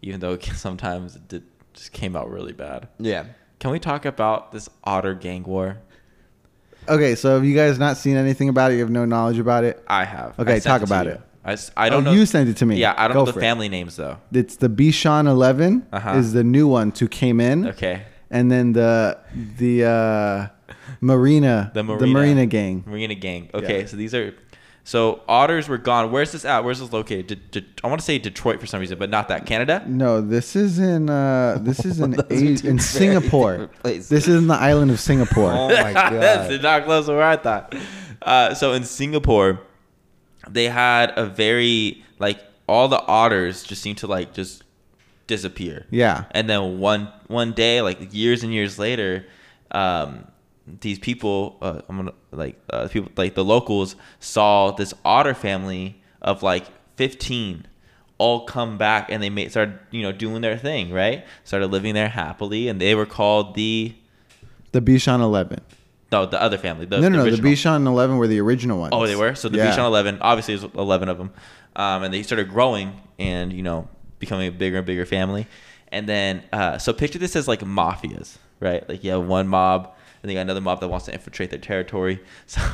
A: even though sometimes it did, just came out really bad.
B: Yeah.
A: Can we talk about this otter gang war?
C: Okay, so have you guys not seen anything about it? You have no knowledge about it.
A: I have.
C: Okay,
A: I sent
C: talk
A: to
C: about
A: you.
C: it.
A: I, s- I don't know.
C: Oh, you sent it to me.
A: Yeah, I don't
C: Go
A: know the
C: for it.
A: family names though.
C: It's the Bichon 11
A: Uh-huh.
C: is the new one to came in.
A: Okay.
C: And then the the uh, Marina
A: The Marina,
C: gang.
A: Marina gang. Okay,
C: Yeah.
A: so these are. So otters were gone. Where's this at? Where's this located? De- De- I want to say Detroit for some reason, but not that. Canada.
C: No, this is in uh, this is in
B: Those are
C: a-
B: two
C: in
B: very
C: Singapore.
B: different places.
C: This is in the island of Singapore.
B: Oh my
A: That's
B: God.
A: not close to where I thought. Uh, so in Singapore, they had a very like all the otters just seemed to like just disappear.
C: Yeah.
A: And then one one day, like years and years later, um, these people, uh, I'm gonna like uh, people like the locals saw this otter family of like 15 all come back and they made started you know doing their thing right started living there happily and they were called the
C: The Bichon 11.
A: no the other family the,
C: no, no, no. The
A: original.
C: Bichon 11 were the original ones.
A: Oh, they were. So the
C: Yeah.
A: Bichon Eleven, obviously, is eleven of them, um, and they started growing and you know becoming a bigger and bigger family. And then, uh, so picture this as like mafias, right? Like you have one mob, and they got another mob that wants to infiltrate their territory. So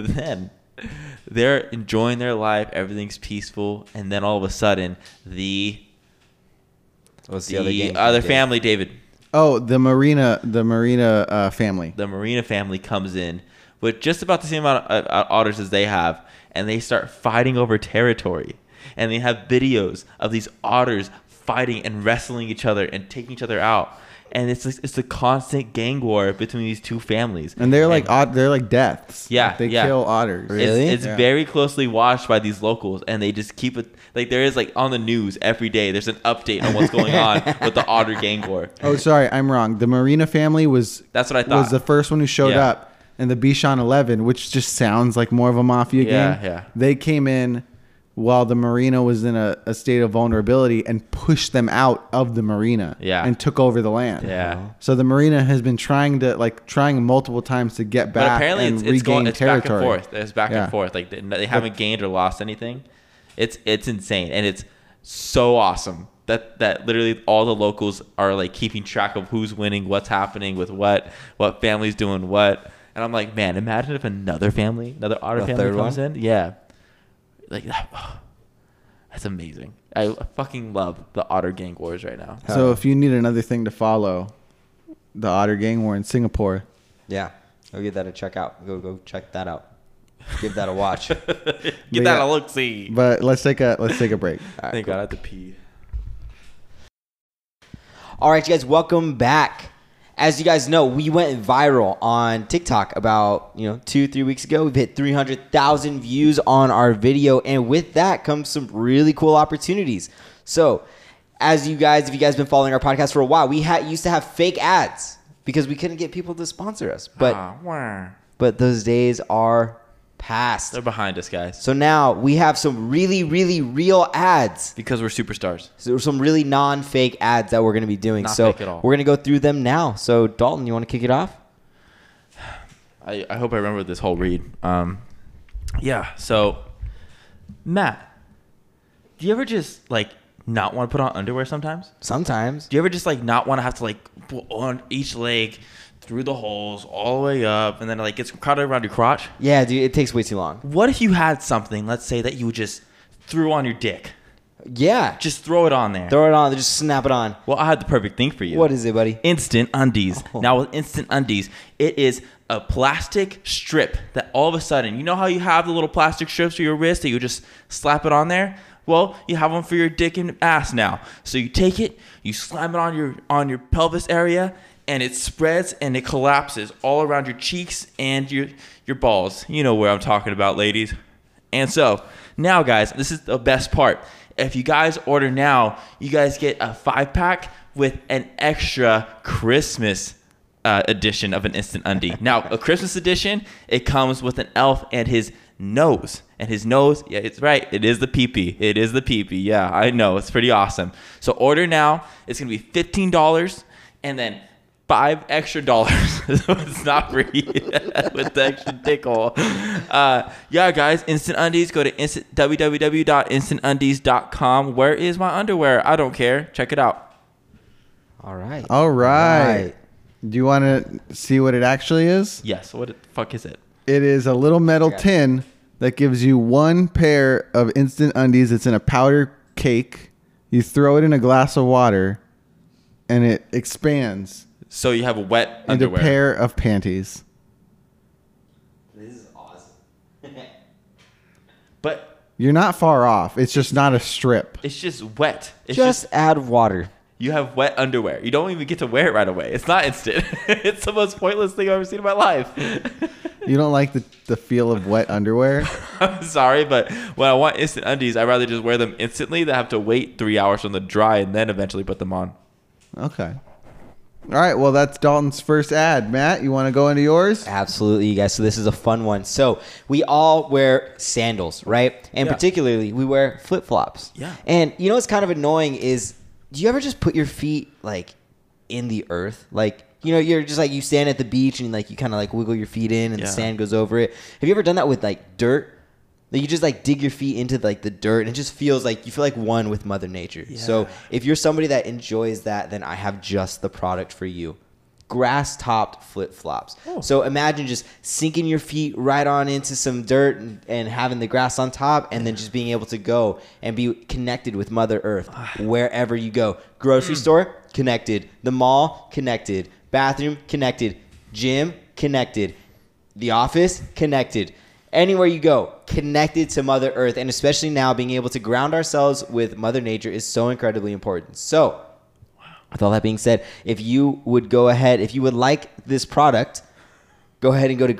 A: then they're enjoying their life, everything's peaceful, and then all of a sudden, the
B: What's
A: the,
B: gang
A: other
B: did?
A: family, David,
C: Oh, the Marina, the Marina uh, family.
A: the Marina family comes in with just about the same amount of uh, otters as they have, and they start fighting over territory. And they have videos of these otters fighting and wrestling each other and taking each other out. And it's it's a constant gang war between these two families.
C: and they're like ot- they're like deaths.
A: Yeah,
C: Like, they
A: yeah.
C: kill otters.
B: Really?
A: It's, it's
C: Yeah.
A: very closely watched by these locals, and they just keep it like there is like on the news every day. There's an update on what's going on with the otter gang war.
C: Oh, sorry, I'm wrong. The Marina family was
A: That's what I
C: was
A: thought.
C: the first one who showed
A: Yeah.
C: up, and the Bichon Eleven, which just sounds like more of a mafia
A: Yeah,
C: game.
A: yeah.
C: They came in while the Marina was in a, a state of vulnerability and pushed them out of the Marina.
A: Yeah.
C: And took over the land.
A: Yeah.
C: So the Marina has been trying to like trying multiple times to get back
A: But apparently,
C: and
A: it's,
C: regain
A: it's going. It's
C: territory.
A: back and forth. It's back
C: Yeah.
A: and forth. Like they, they haven't gained or lost anything. It's it's insane, and it's so awesome. that that literally all the locals are like keeping track of who's winning, what's happening with what, what family's doing what. And I'm like, man, imagine if another family, another otter
B: The
A: family
B: third
A: comes
B: one?
A: in. Yeah. Like that. that's amazing. I fucking love the otter gang wars right now.
C: So if you need another thing to follow, the Otter Gang War in Singapore.
B: Yeah. Go get that a check out. Go go check that out. Give that a watch. All
A: Get that
C: yeah.
A: a look see.
C: But let's take a let's take a break.
B: right,
A: Thank
B: cool.
A: God I had to pee.
B: All right, you guys, welcome back. As you guys know, we went viral on TikTok about you know two, three weeks ago. We've hit three hundred thousand views on our video, and with that comes some really cool opportunities. So, as you guys, if you guys been following our podcast for a while, we had used to have fake ads because we couldn't get people to sponsor us. But
A: Ah, wah.
B: but those days are past.
A: they're behind us, guys.
B: So now we have some really, really real ads.
A: Because we're superstars.
B: So there's some really non-fake ads that we're going to be doing.
A: Not
B: so
A: fake at all.
B: we're going to go through them now. So Dalton, you want to kick it off?
A: I, I hope I remember this whole read. Um, yeah. So, Matt, do you ever just like not want to put on underwear sometimes?
B: Sometimes.
A: Do you ever just like not want to have to like put on each leg through the holes all the way up, and then like it's crowded around your crotch?
B: Yeah, dude, it takes way too long.
A: What if you had something, let's say that you just threw on your dick,
B: Yeah. Just
A: just throw it on there?
B: throw it on, just snap it on.
A: well, I had the perfect thing for you.
B: What is it, buddy?
A: instant undies.
B: Oh.
A: Now with instant undies, it is a plastic strip that all of a sudden, you know how you have the little plastic strips for your wrist that you just slap it on there? Well, you have one for your dick and ass now. So you take it, you slam it on your on your pelvis area, and it spreads and it collapses all around your cheeks and your your balls. You know where I'm talking about, ladies. And so now, guys, this is the best part. If you guys order now, you guys get a five pack with an extra Christmas uh, edition of an instant undie. now, a Christmas edition, it comes with an elf and his nose. And his nose, yeah, it's right. It is the peepee. It is the peepee. Yeah, I know. It's pretty awesome. So order now. It's gonna be fifteen dollars, and then five extra dollars. it's not free with the extra tickle. Uh, yeah, guys, Instant Undies. Go to instant, www.instantundies.com. Where is my underwear? I don't care. Check it out.
B: All right.
C: All right.
B: Right.
C: Do you want to see what it actually is?
A: Yes. What the fuck is it?
C: It is a little metal
B: Okay.
C: tin that gives you one pair of instant undies. It's in a powder cake. You throw it in a glass of water, and it expands
A: So you have a wet
C: into a
A: underwear.
C: pair of panties.
B: This is awesome.
A: but
C: You're not far off. It's just not a strip.
A: it's just wet. It's
B: just,
A: just,
B: add water.
A: you have wet underwear. You don't even get to wear it right away. It's not instant. it's the most pointless thing I've ever seen in my life.
C: You don't like the, the feel of wet underwear?
A: I'm sorry, but when I want instant undies, I'd rather just wear them instantly than have to wait three hours from the dry and then eventually put them on.
C: Okay. All right. Well, that's Dalton's first ad. Matt, you want to go into yours?
B: Absolutely, you guys. So this is a fun one. So we all wear sandals, right? And
A: Yeah.
B: particularly, we wear flip flops.
A: Yeah.
B: And you know what's kind of annoying is, do you ever just put your feet like in the earth, like? You know, you're just like you stand at the beach and like you kind of like wiggle your feet in and
A: Yeah.
B: the sand goes over it. Have you ever done that with like dirt? Like you just like dig your feet into like the dirt and it just feels like you feel like one with Mother Nature. So
A: Yeah.
B: if you're somebody that enjoys that, then I have just the product for you. Grass topped flip flops.
A: Oh.
B: So imagine just sinking your feet right on into some dirt and, and having the grass on top, and then just being able to go and be connected with Mother Earth
A: Ah.
B: wherever you go. Grocery
A: Mm.
B: store, connected. The mall, connected. Bathroom, connected. Gym, connected. The office, connected. Anywhere you go, connected to Mother Earth, and especially now, being able to ground ourselves with Mother Nature is so incredibly important. So, with all that being said, if you would go ahead, if you would like this product, go ahead and go to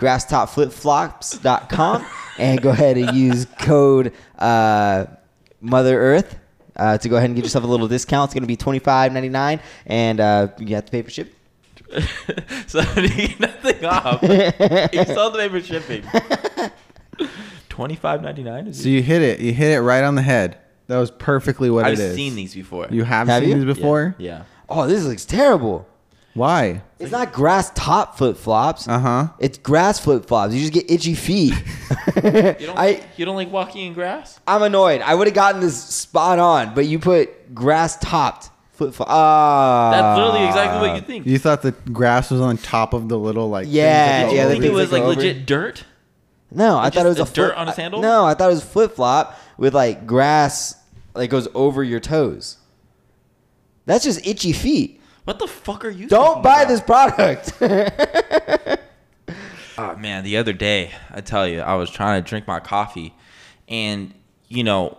B: grasstopflipflops.com and go ahead and use code uh, Mother Earth uh, to go ahead and get yourself a little discount. It's going to be twenty five ninety nine, and uh, you have to pay for shipping.
A: so you get nothing off. you sold the paper shipping. Twenty five ninety nine is
C: So you hit it. You hit it right on the head. That was perfectly what
A: I've
C: it is.
A: seen these before.
C: You have,
B: Have
C: seen
B: you?
C: these before?
A: Yeah.
B: Oh, this looks terrible.
C: Why?
B: It's not grass top flip flops.
A: Uh-huh.
C: Uh huh.
B: It's grass flip flops. You just get itchy feet.
A: You don't,
B: I
A: you don't like walking in grass?
B: I'm annoyed. I would have gotten this spot on, but you put grass topped flip flop. Ah,
A: That's literally exactly what you think.
C: You thought the grass was on top of the little like. things
B: Yeah,
C: that
A: Did
C: go
A: you
B: yeah,
C: over
A: think
B: the
A: it
C: you?
B: things
A: was
B: that
A: like
B: go over.
A: legit dirt?
B: No, I
A: Just
B: thought it was
A: the
B: a flip-
A: dirt on his
B: I-
A: handle?
B: No, I thought it was flip flop with like grass that goes over your toes. That's just itchy feet.
A: What the fuck are you? talking
B: Don't buy
A: about?
B: this product.
A: Oh, man, the other day, I tell you, I was trying to drink my coffee, and you know,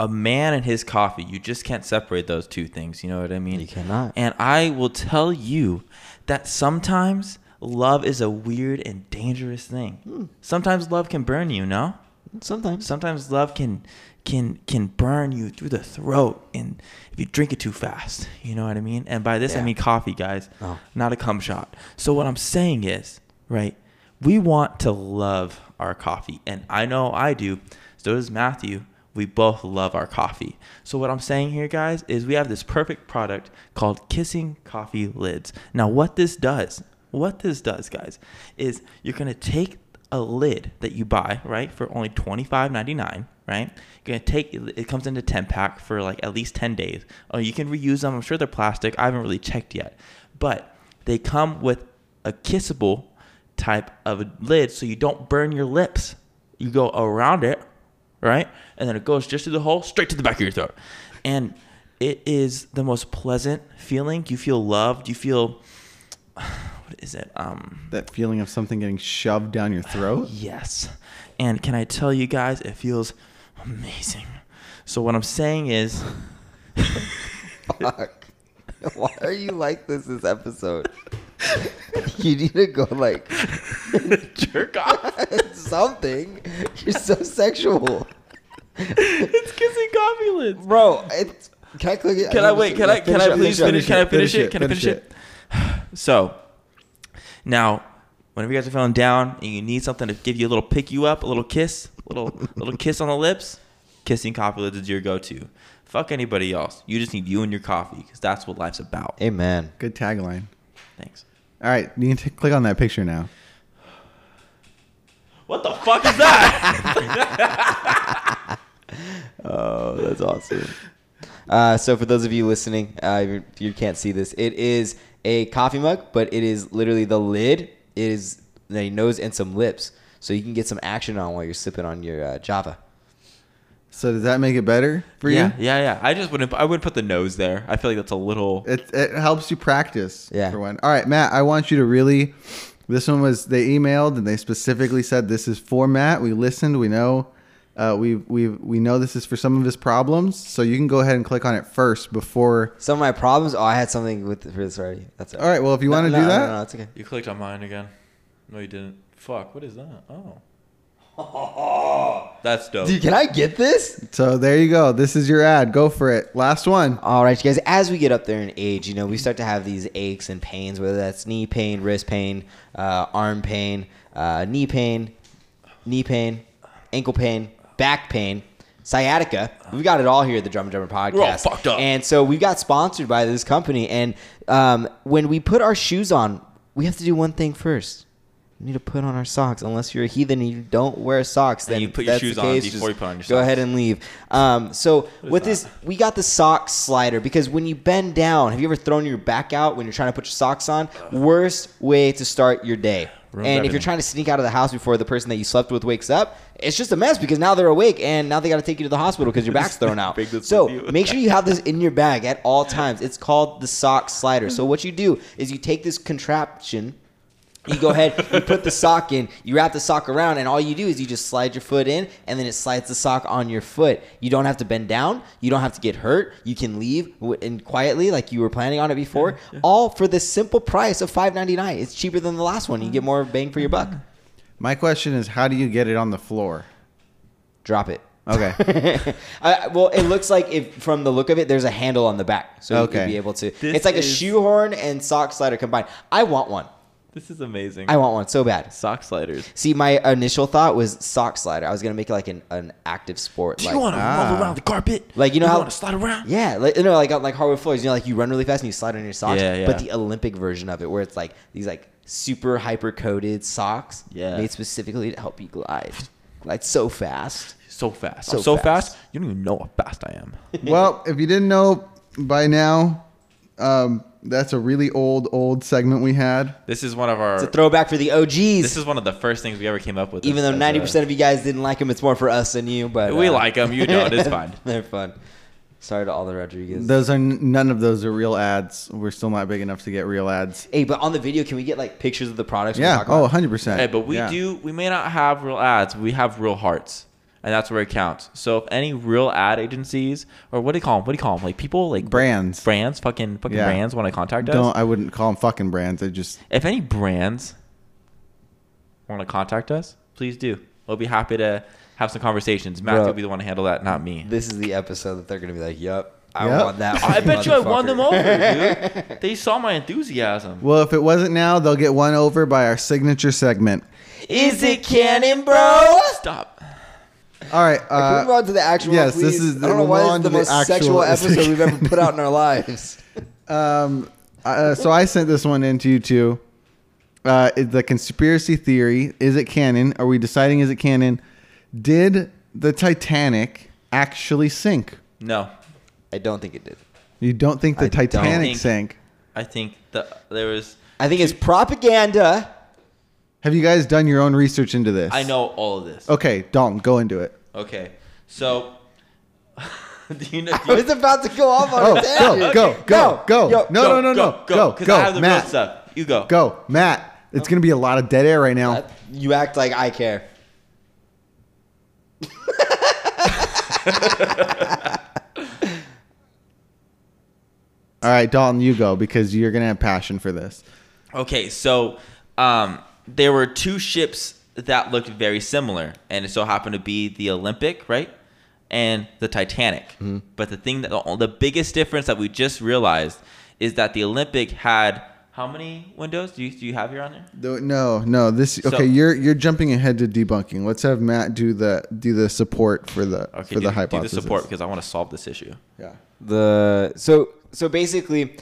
A: a man and his coffee, you just can't separate those two things. You know what I mean?
B: You cannot.
A: And I will tell you that sometimes love is a weird and dangerous thing.
B: Hmm.
A: Sometimes love can burn you. No.
B: Sometimes.
A: Sometimes love can can can burn you through the throat, and if you drink it too fast, you know what I mean. And by this I
B: Yeah.
A: mean coffee, guys,
B: Oh.
A: not a cum shot. So what I'm saying is, right? We want to love our coffee, and I know I do. So does Matthew. We both love our coffee. So what I'm saying here, guys, is we have this perfect product called Kissing Coffee Lids. Now, what this does, what this does, guys, is you're gonna take a lid that you buy, right, for only twenty five ninety nine, right? You're gonna take it comes in a ten pack for like at least ten days. Oh, you can reuse them. I'm sure they're plastic. I haven't really checked yet, but they come with a kissable type of a lid, so you don't burn your lips. You go around it, right, and then it goes just through the hole, straight to the back of your throat, and it is the most pleasant feeling. You feel loved. You feel what is it? Um,
C: That feeling of something getting shoved down your throat.
A: Yes. And can I tell you guys, it feels amazing. So what I'm saying is,
B: Fuck. Why are you like this this episode? you need to go like
A: jerk off.
B: something. You're so sexual.
A: it's kissing coffee lids.
B: Bro, it's, can I click it?
A: Can I wait? Can I? Can I please
C: up,
A: finish? Can I
C: finish
A: finish
C: it,
A: it? Can I
C: finish
A: finish it? So, now, whenever you guys are feeling down and you need something to give you a little pick you up, a little kiss, little little kiss on the lips, kissing coffee lids is your go-to. Fuck anybody else. You just need you and your coffee because that's what life's about.
B: Amen.
C: Good tagline.
A: Thanks.
C: All right, you can t- click on that picture now.
A: What the fuck is that?
B: Oh, that's awesome. Uh, so, for those of you listening, uh, you, you can't see this. It is a coffee mug, but it is literally the lid is a nose and some lips, so you can get some action on while you're sipping on your uh, Java.
C: So does that make it better for
A: yeah,
C: you?
A: Yeah, yeah. I just wouldn't. I wouldn't put the nose there. I feel like that's a little.
C: It, it helps you practice.
B: Yeah.
C: For one. All right, Matt. I want you to really. This one was they emailed and they specifically said this is for Matt. We listened. We know. Uh, we we we know this is for some of his problems. So you can go ahead and click on it first before.
B: Some of my problems. Oh, I had something with for this already. That's it.
C: All right. Well, if you want to
B: no,
C: do
B: no,
C: that,
B: No, no, it's okay.
A: You clicked on mine again. No, you didn't. Fuck. What is that? Oh. That's dope.
B: Dude, can I get this?
C: so there you go. This is your ad. Go for it. Last one.
B: All right, you guys. As we get up there in age, you know, we start to have these aches and pains, whether that's knee pain, wrist pain, uh, arm pain, uh, knee pain, knee pain, ankle pain, back pain, sciatica. We've got it all here at the Drum and Drummer podcast.
A: We're all fucked up.
B: And so we got sponsored by this company. And um, when we put our shoes on, we have to do one thing first. We need to put on our socks. Unless you're a heathen and you don't wear socks,
A: And
B: then
A: you put your
B: that's the
A: shoes on
B: case.
A: before you
B: Just
A: put on your
B: Go
A: socks.
B: ahead and leave. Um, so with
A: that?
B: this we got the sock slider because when you bend down, have you ever thrown your back out when you're trying to put your socks on? Worst way to start your day.
A: Ruins
B: and if
A: everything.
B: you're trying to sneak out of the house before the person that you slept with wakes up, it's just a mess because now they're awake and now they got to take you to the hospital because your back's thrown out.
A: Big this
B: So
A: with you.
B: make sure you have this in your bag at all times. It's called the sock slider. So what you do is you take this contraption. You go ahead, you put the sock in, you wrap the sock around, and all you do is you just slide your foot in, and then it slides the sock on your foot. You don't have to bend down, you don't have to get hurt, you can leave w- and quietly like you were planning on it before, all for the simple price of five ninety nine. It's cheaper than the last one. You get more bang for your buck.
C: My question is, how do you get it on the floor?
B: Drop it.
C: Okay.
B: I, well, it looks like if from the look of it, there's a handle on the back, so you
C: Okay.
B: could be able to.
A: This
B: it's like
A: is-
B: a shoehorn and sock slider combined. I want one.
A: This is amazing.
B: I want one so bad.
A: Sock sliders.
B: See, my initial thought was sock slider. I was gonna make it like an, an active sport. like,
A: to
C: ah.
A: the carpet?
B: Like, you know how-
A: wanna slide around?
B: Yeah, like you know, like on like hardwood floors, you know, like you run really fast and you slide on your socks.
A: Yeah, yeah.
B: But the Olympic version of it, where it's like these like super hyper coated socks,
A: Yeah.
B: made specifically to help you glide, glide so fast.
A: So fast.
B: So
A: I'm so fast.
B: fast.
A: You don't even know how fast I am.
C: well, if you didn't know by now, um, that's a really old, old segment we had.
A: This is one of our.
B: It's a throwback for the
A: this
B: OGs.
A: is one of the first things we ever came up with.
B: Even
A: as-
B: though
A: as
B: ninety
A: a-
B: percent of you guys didn't like them, it's more for us than you. But
A: uh,
B: uh,
A: We like 'em, you don't, it's fine.
B: They're fun. Sorry to all the Rodriguez.
C: Those are none of those are real ads. We're still not big enough to get real ads.
B: hey, but on the video, can we get like pictures of the products?
C: Yeah.
B: talking
C: Oh,
B: about?
C: 100 percent.
A: Hey, but we do. We may not have real ads. But we have real hearts, and that's where it counts. So if any real ad agencies or what do you call them? What do you call them? Like people like
C: brands.
A: brands, fucking fucking
C: Yeah.
A: brands want to contact us.
C: Don't. I wouldn't call them fucking brands. I just
A: if any brands want to contact us, please do. We'll be happy to have some conversations. Matthew
B: Bro.
A: will be the one to handle that, not me.
B: this is the episode that they're gonna be like, "Yup, I
C: Yup.
B: want that."
A: I bet you I won
B: motherfucker."
A: them over, dude. They saw my enthusiasm.
C: Well, if it wasn't now, they'll get won over by our signature segment.
B: Is it canon, bro?
A: Stop.
C: All right.
B: Can we move
C: Uh,
B: on to the actual?
C: yes,
B: please?
C: this is-
B: I don't know
C: we'll
B: why this is
C: move on
B: the
C: to the
B: most sexual
C: actual-
B: episode we've ever put out in our lives.
C: um, uh, so I sent this one in to you too. Uh, is the conspiracy theory is it canon? Are we deciding is it canon? Did the Titanic actually sink?
A: No,
B: I don't think it did.
C: You don't think the
B: I don't
C: Titanic
A: think-
C: sank?
A: I think the there was.
B: I think it's propaganda.
C: Have you guys done your own research into this?
A: I know all of this.
C: Okay, Dalton, go into it.
A: Okay, so do you know?
B: I was about to go off on
C: Oh,
B: a tangent.
C: go, go, go, go.
B: yo,
C: No, no, no, no. Go,
A: Because
C: go,
A: I have the real
C: Matt.
A: stuff. You go.
C: Go, Matt. It's gonna be a lot of dead air right now.
B: uh, You act like I care.
C: All right, Dalton, you go because you're gonna have passion for this.
A: Okay, so um, there were two ships that looked very similar, and it so happened to be the Olympic, right, and the Titanic.
B: Mm-hmm.
A: But the thing that the, the biggest difference that we just realized is that the Olympic had how many windows? Do you do you have here on there?
C: No, No, no. This okay.
A: So-
C: you're you're jumping ahead to debunking. Let's have Matt do the do the support for the
A: Okay,
C: for
A: do,
C: the
A: do the
C: hypothesis.
A: support because I want to solve this issue.
C: Yeah.
B: the so so basically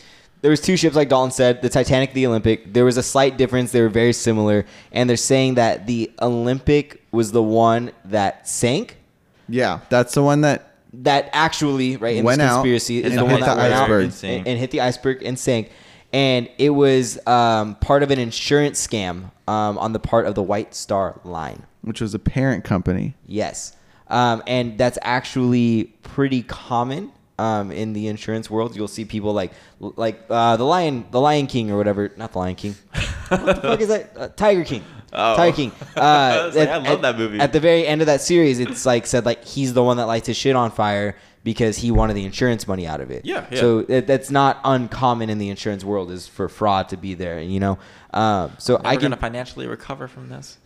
B: there was two ships like Dalton said the Titanic the Olympic there was a slight difference they were very similar and they're saying that the Olympic was the one that sank
C: Yeah, that's the one that
B: that actually right in
C: Went
B: this
C: out
B: conspiracy is
A: and
B: the
A: hit
B: one
A: the
B: that went out
A: iceberg.
B: and, and- and hit the iceberg and sank and it was um, part of an insurance scam um, on the part of the White Star Line
C: which was a parent company.
B: Yes. Um, and that's actually pretty common um, in the insurance world. You'll see people like like uh, the Lion the Lion King or whatever, not the Lion King. what the fuck is that? Uh, Tiger King.
A: Oh.
B: Tiger King. Uh,
A: I was like, I love
B: at-
A: that movie.
B: At the very end of that series, it's like said like he's the one that lights his shit on fire because he wanted the insurance money out of it.
A: Yeah, yeah.
B: So that- that's not uncommon in the insurance world is for fraud to be there. You know. Um, so
A: I
B: I
A: we're
B: can
A: gonna financially recover from this.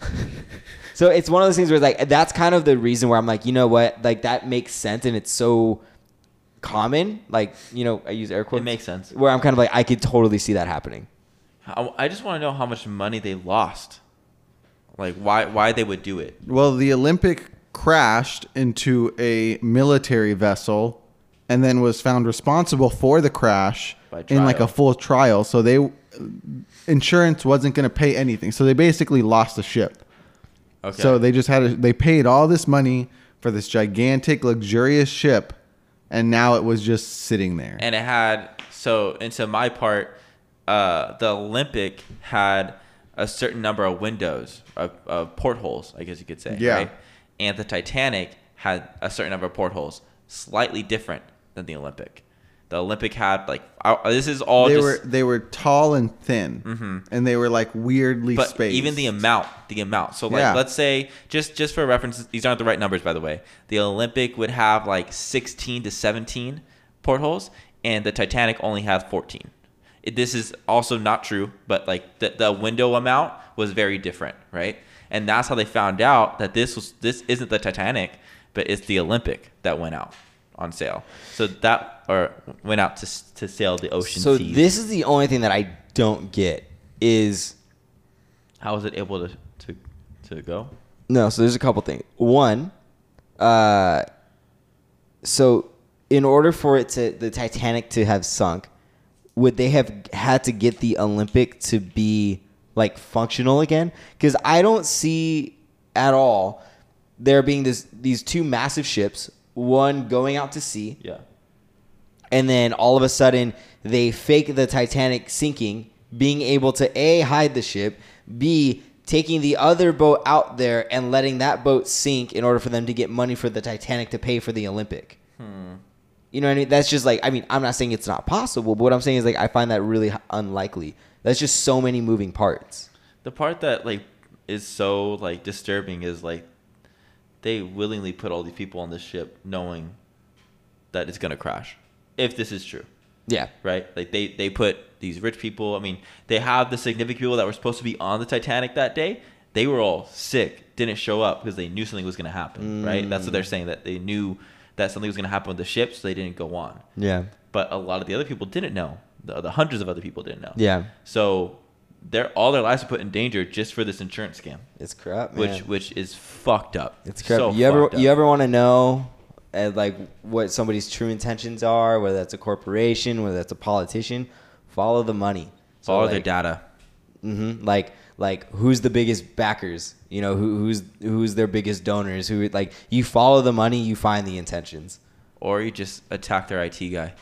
B: so it's one of those things where like that's kind of the reason where I'm like, you know what, like that makes sense and it's so common. Like, you know, I use air quotes.
A: makes sense.
B: Where I'm kind of like, I could totally see that happening.
A: I, I just want to know how much money they lost, like why why they would do it.
C: Well, the Olympic crashed into a military vessel and then was found responsible for the crash
A: By
C: in like
A: trial.
C: a full trial. So they insurance wasn't going to pay anything. So they basically lost the ship.
A: Okay.
C: So they just had a, they paid all this money for this gigantic luxurious ship and now it was just sitting there.
A: and it had so into my part uh, the olympic had a certain number of windows of, of portholes i guess you could say
C: Yeah.
A: and the titanic had a certain number of portholes slightly different than the olympic the olympic had like I, this is all
C: they
A: just, Mm-hmm.
C: were they were tall and thin and they were like weirdly
A: but
C: spaced.
A: even the amount the amount so like
C: Yeah.
A: let's say just just for reference these aren't the right numbers by the way the olympic would have like 16 to 17 portholes and the titanic only had 14 It- this is also not true but like the, the window amount was very different right and that's how they found out that this was this isn't the titanic but it's the olympic that went out on sale so that or went out to s- to sail the ocean
B: So
A: seas.
B: this is the only thing that I don't get is
A: How was it able to to to go?
B: No, so there's a couple things. One, uh, so in order for it to the Titanic to have sunk, would they have had to get the Olympic to be like functional again? Because I don't see at all there being this these two massive ships, one going out to sea,
A: Yeah.
B: and then all of a sudden they fake the Titanic sinking, being able to a hide the ship, b taking the other boat out there and letting that boat sink in order for them to get money for the Titanic to pay for the Olympic. You know what I mean? That's just like I mean I'm not saying it's not possible, but what I'm saying is like I find that really h- unlikely. That's just so many moving parts.
A: The part that like is so like disturbing is like they willingly put all these people on this ship knowing that it's gonna crash. If this is true.
B: Yeah.
A: right? Like they they put these rich people. I mean, they have the significant people that were supposed to be on the Titanic that day. They were all sick, didn't show up because they knew something was going to happen, right? That's what they're saying that they knew that something was going to happen with the ship, so they didn't go on.
B: Yeah.
A: But a lot of the other people didn't know. The, the hundreds of other people didn't know.
B: Yeah.
A: So their all their lives were put in danger just for this insurance scam,
B: It's crap, man.
A: which which is fucked up.
B: It's crap.
A: So
B: you ever
A: fucked up.
B: you ever want to know, uh, like what somebody's true intentions are, whether that's a corporation, whether that's a politician, follow the money. So,
A: follow their
B: like,
A: data?
B: hmm like like who's the biggest backers? You know who who's who's their biggest donors? Who like you follow the money, you find the intentions.
A: Or you just attack their IT guy.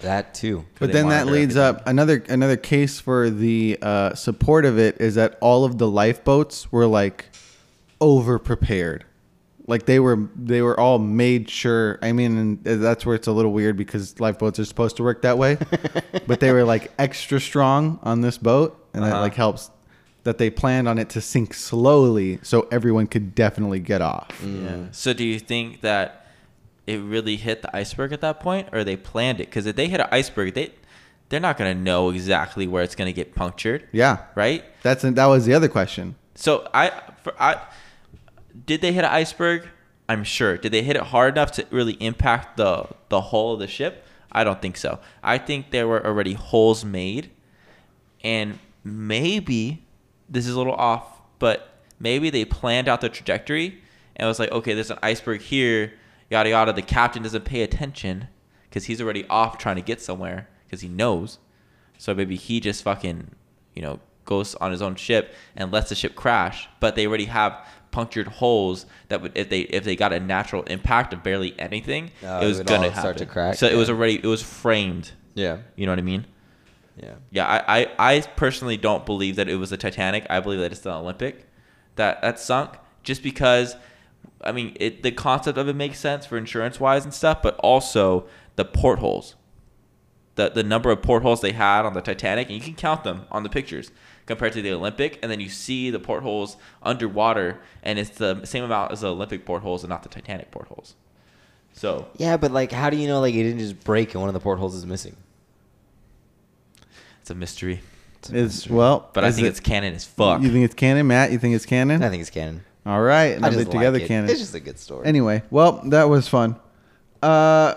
B: That too.
A: they
C: But then that
A: monitor
C: leads
A: everything.
C: up another another case for the uh, support of it is that all of the lifeboats were like over prepared, like they were they were all made sure. I mean, and that's where it's a little weird because lifeboats are supposed to work that way, but they were like extra strong on this boat, and that
A: Uh-huh.
C: like helps that they planned on it to sink slowly so everyone could definitely get off.
B: Mm.
A: Yeah. So do you think that it really hit the iceberg at that point, or they planned it? Because if they hit an iceberg, they they're not gonna know exactly where it's gonna get punctured,
C: Yeah,
A: right?
C: that's that was the other question.
A: So I for I did they hit an iceberg? I'm sure. Did they hit it hard enough to really impact the the hull of the ship? I don't think so. I think there were already holes made, and maybe this is a little off, but maybe they planned out the trajectory and was like, okay, there's an iceberg here, yada yada. The captain doesn't pay attention because he's already off trying to get somewhere because he knows. So maybe he just fucking, you know, goes on his own ship and lets the ship crash. But they already have punctured holes that would if they if they got a natural impact of barely anything,
B: Oh,
A: it
B: it
A: was
B: would
A: gonna
B: all start to
A: happen.
B: crack,
A: So it was
B: yeah.
A: already it was framed.
B: Yeah.
A: You know what I mean?
B: Yeah.
A: Yeah, I, I, I personally don't believe that it was the Titanic. I believe that it's the Olympic that that sunk just because I mean it the concept of it makes sense for insurance wise and stuff, but also the portholes. The the number of portholes they had on the Titanic, and you can count them on the pictures compared to the Olympic, and then you see the portholes underwater and it's the same amount as the Olympic portholes and not the Titanic portholes. So
B: Yeah, but like, how do you know like it didn't just break and one of the portholes is missing?
A: it's a mystery.
C: Is well,
A: But I
C: is
A: think
C: it-
A: it's canon as fuck.
C: You think it's canon, Matt? You think it's canon?
B: I think it's canon.
C: All right,
B: I
C: another
B: just like
C: together
B: it.
C: canon.
B: It's just a good story.
C: anyway, well, that was fun. Uh,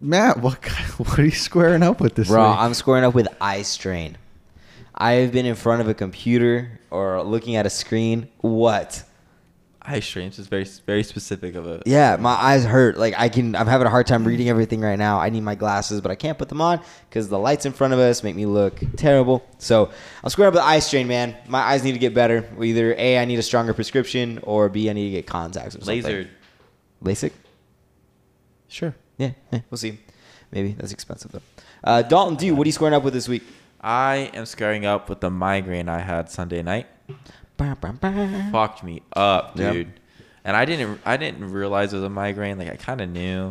C: Matt, what kind- what are you squaring up with this?
B: Bro,
C: week?
B: I'm squaring up with eye strain. I have been in front of a computer or looking at a screen. What?
A: Eye strains is very very specific of a
B: Yeah, my eyes hurt. Like I can, I'm having a hard time reading everything right now. I need my glasses, but I can't put them on because the lights in front of us make me look terrible. So I'm squaring up with eye strain, man. My eyes need to get better. Either a, I need a stronger prescription, or b, I need to get contacts or something.
A: laser.
B: LASIK.
A: Sure.
B: Yeah, eh, we'll see. Maybe that's expensive though. Uh, Dalton, dude, what are you squaring up with this week?
A: I am squaring up with the migraine I had Sunday night.
B: Bah, bah, bah.
A: Fucked me up,
B: Yeah.
A: dude. And I didn't I didn't realize it was a migraine. Like I kind of knew.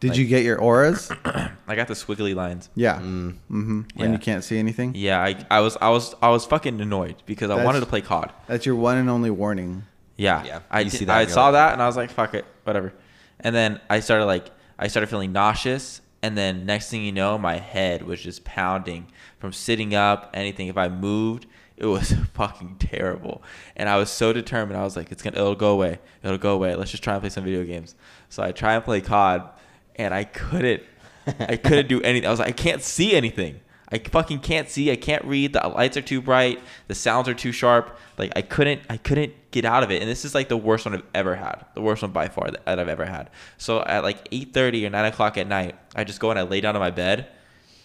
C: did
A: like-
C: you get your auras?
A: I got the squiggly lines.
C: Yeah.
B: Mm.
C: Mm-hmm.
A: Yeah.
C: And you can't see anything.
A: Yeah, I, I was I was I was fucking annoyed because I
C: Mm-hmm. That's-
A: wanted to play COD.
C: That's your one and only warning.
A: Yeah.
B: Yeah,
A: I
B: you
A: did-
B: see that
A: I
B: and you're
A: saw
B: like-
A: that and I was like, fuck it, whatever. And then I started like I started feeling nauseous and then next thing you know, my head was just pounding from sitting up, anything. If I moved, it was fucking terrible. And I was so determined, I was like, it's gonna it'll go away. It'll go away. Let's just try and play some video games. So I try and play COD and I couldn't I couldn't do anything. I was like, I can't see anything. I fucking can't see. I can't read. The lights are too bright. The sounds are too sharp. Like I couldn't. I couldn't get out of it. And this is like the worst one I've ever had. The worst one by far that I've ever had. So at like eight thirty or nine o'clock at night, I just go and I lay down on my bed,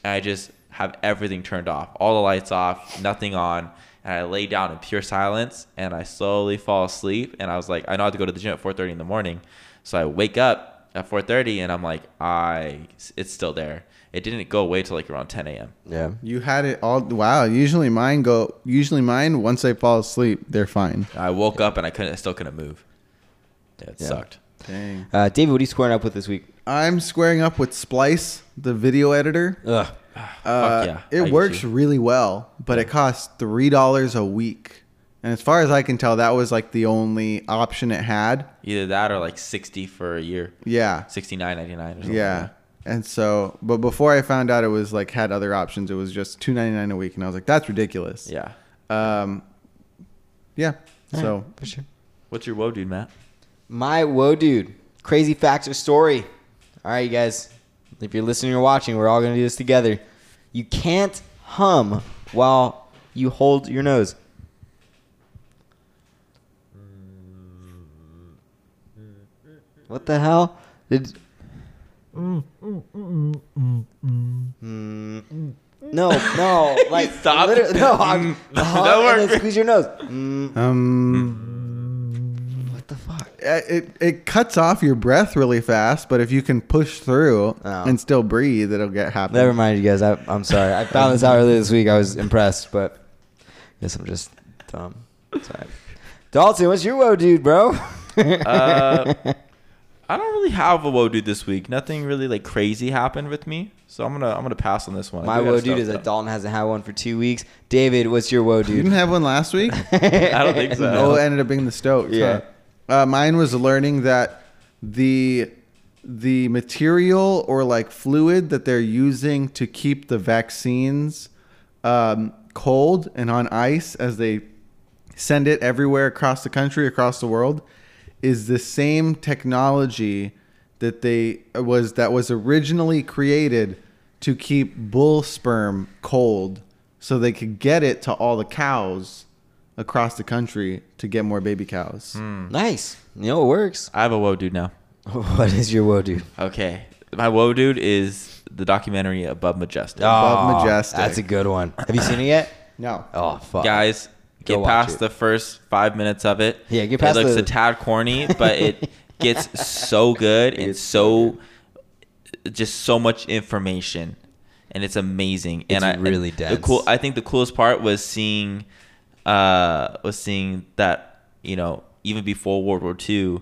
A: and I just have everything turned off, all the lights off, nothing on, and I lay down in pure silence and I slowly fall asleep. And I was like, I know I have to go to the gym at 4:30 in the morning, so I wake up at 4:30 and I'm like, I it's still there. It didn't go away till like around 10 a.m.
B: Yeah.
C: You had it all. Wow. Usually mine go. Usually mine. Once I fall asleep, they're fine.
A: I woke up and I couldn't, I still couldn't move. Yeah, it
B: Yeah.
A: sucked.
C: Dang.
B: Uh, David, what are you squaring up with this week?
C: I'm squaring up with Splice, the video editor.
B: Ugh.
C: Uh,
A: yeah, I
C: it
A: get
C: works
A: you.
C: really well, but it costs three dollars a week. And as far as I can tell, that was like the only option it had.
A: Either that or like 60 for a year,
C: Yeah.
A: 69.99 or something.
C: Yeah. And so, but before I found out it was like had other options, it was just two ninety nine a week, and I was like, "That's ridiculous."
A: Yeah.
C: Um, yeah. so
B: for sure.
A: What's your woe, dude, Matt?
B: My whoa, dude. Crazy facts or story. All right, you guys. If you're listening or watching, we're all gonna do this together. You can't hum while you hold your nose. What the hell? Did. Hmm. Mm. No, no, like
A: stopped?
B: literally- No, I'm,
A: That
B: hum and
A: worked.
B: then squeeze your nose. Mm,
C: Um,
B: what the fuck?
C: uh, it it cuts off your breath really fast, but if you can push through
B: Oh.
C: and still breathe, it'll get happen.
B: Never mind, you guys. I, I'm sorry. I found this out earlier this week. I was impressed, but guess I'm just dumb. Sorry. Dalton, what's your woe, dude, bro?
A: Uh, I don't really have a woe dude this week. Nothing really like crazy happened with me, so I'm gonna I'm gonna pass on this one. I
B: My
A: do got
B: woe, dude,
A: stuff,
B: is that
A: though.
B: Dalton hasn't had one for two weeks. David, what's your woe,
C: You didn't
B: dude?
C: have one last week.
A: I don't think so.
C: Oh, it ended up being the Stokes.
B: Yeah.
C: huh? Uh, mine was learning that the the material or like fluid that they're using to keep the vaccines um, cold and on ice as they send it everywhere across the country, across the world, is the same technology that they uh, was that was originally created to keep bull sperm cold so they could get it to all the cows across the country to get more baby cows.
A: Hmm.
B: nice. You know, it works.
A: I have a woe dude now.
B: What is your woe, dude?
A: Okay, my woe dude is the documentary Above Majestic.
B: Aw,
C: Majestic.
B: Oh, That's a good one. Have you seen it yet?
C: No.
B: Oh, fuck.
A: Guys,
B: Go
A: get
B: watch
A: past
B: it.
A: the first five minutes of it.
B: Yeah, get past
A: It looks
B: the-
A: a tad corny, but it gets so good and so just so much information, and it's amazing.
B: It's
A: and I
B: really
A: and
B: dense.
A: The cool. I think the coolest part was seeing, uh, was seeing that you know even before World War II,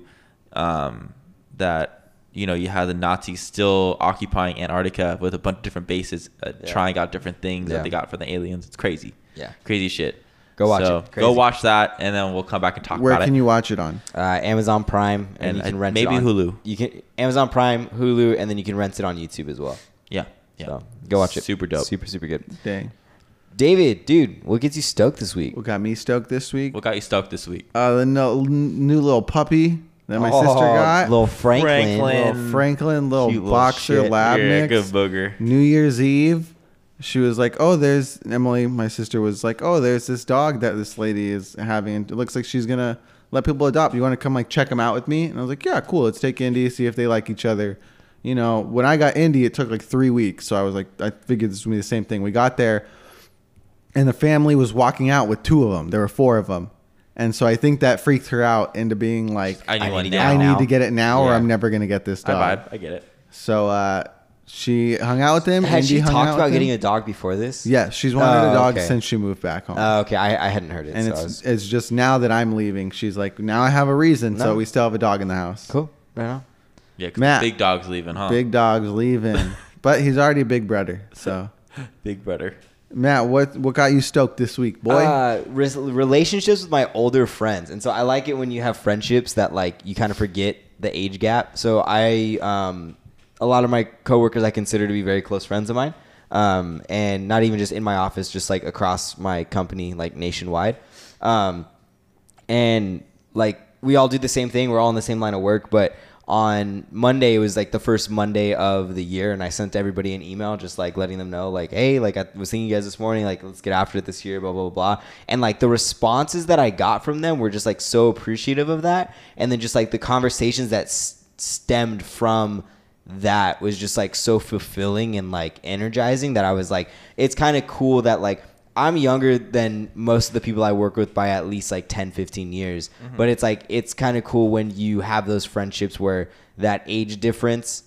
A: um, that you know you had the Nazis still occupying Antarctica with a bunch of different bases, uh,
B: Yeah.
A: trying out different things
B: Yeah.
A: that they got from the aliens. It's crazy
B: Yeah.
A: crazy shit.
B: Go watch
A: So, Go
B: it. Crazy.
A: watch that, and then we'll come back
B: Ah,
A: and talk
C: Where
A: about
C: can
A: it.
C: you watch it on?
B: Uh, Amazon Prime, and,
A: And
B: you can
A: I-
B: rent
A: maybe
B: it on,
A: Hulu.
B: You can Amazon Prime, Hulu, and then you can rent it on YouTube as well.
A: yeah, yeah.
B: So go watch it.
A: Super dope.
B: Super, super good.
C: Dang.
B: David, dude, what gets you stoked this week?
C: What got me stoked this week?
A: What got you stoked this week?
C: Uh, the no, n- new little puppy that my sister got.
B: Oh, Little Franklin.
A: Oh, Franklin.
C: little Franklin, little
B: Cute little
C: boxer
B: shit.
C: lab
A: You're a
C: mix.
A: good booger.
C: New Year's Eve, she was like, "Oh, there's Emily." My sister was like, "Oh, there's this dog that this lady is having. It looks like she's gonna let people adopt. You want to come like check them out with me?" And I was like, "Yeah, cool. Let's take Indy see if they like each other." You know, when I got Indy, it took like three weeks, so I was like, I figured this would be the same thing. We got there, and the family was walking out with two of them. There were four of them, and so I think that freaked her out into being like,
A: I need
B: I
A: one
B: need to
A: now.
C: I
B: now.
C: need to get it now, or
B: Yeah.
C: I'm never gonna get this
A: I
C: dog."
A: vibe. I get it.
C: So uh, she hung out with him.
B: Had
C: Indy
B: she
C: hung
B: talked
C: out
B: about
C: with him.
B: getting a dog before this?
C: Yeah, she's wanted
B: Oh,
C: a dog
B: okay.
C: since she moved back home.
B: Oh, okay, I, I hadn't heard it.
C: and
B: so
C: it's
B: I was,
C: it's just now that I'm leaving, she's like, now I have a reason.
B: No.
C: So we still have a dog in the house.
B: cool. Right on.
A: Yeah, 'cause the
C: Matt.
A: big dog's leaving, huh?
C: Big dog's leaving, but he's already a big brother. So
A: big brother.
C: Matt, what what got you stoked this week, boy?
B: Uh, res- relationships with my older friends, and so I like it when you have friendships that like you kind of forget the age gap. So I, um, a lot of my coworkers I consider to be very close friends of mine, um, and not even just in my office, just like across my company, like nationwide, um, and like we all do the same thing. We're all in the same line of work, but on Monday it was like the first Monday of the year, and I sent everybody an email just like letting them know like, hey, like I was thinking you guys this morning, like let's get after it this year, blah blah blah, blah. and like the responses that I got from them were just like so appreciative of that, and then just like the conversations that s- stemmed from that was just like so fulfilling and like energizing that I was like, it's kind of cool that like I'm younger than most of the people I work with by at least like 10, 15 years. But it's like, it's kind of cool when you have those friendships where that age difference,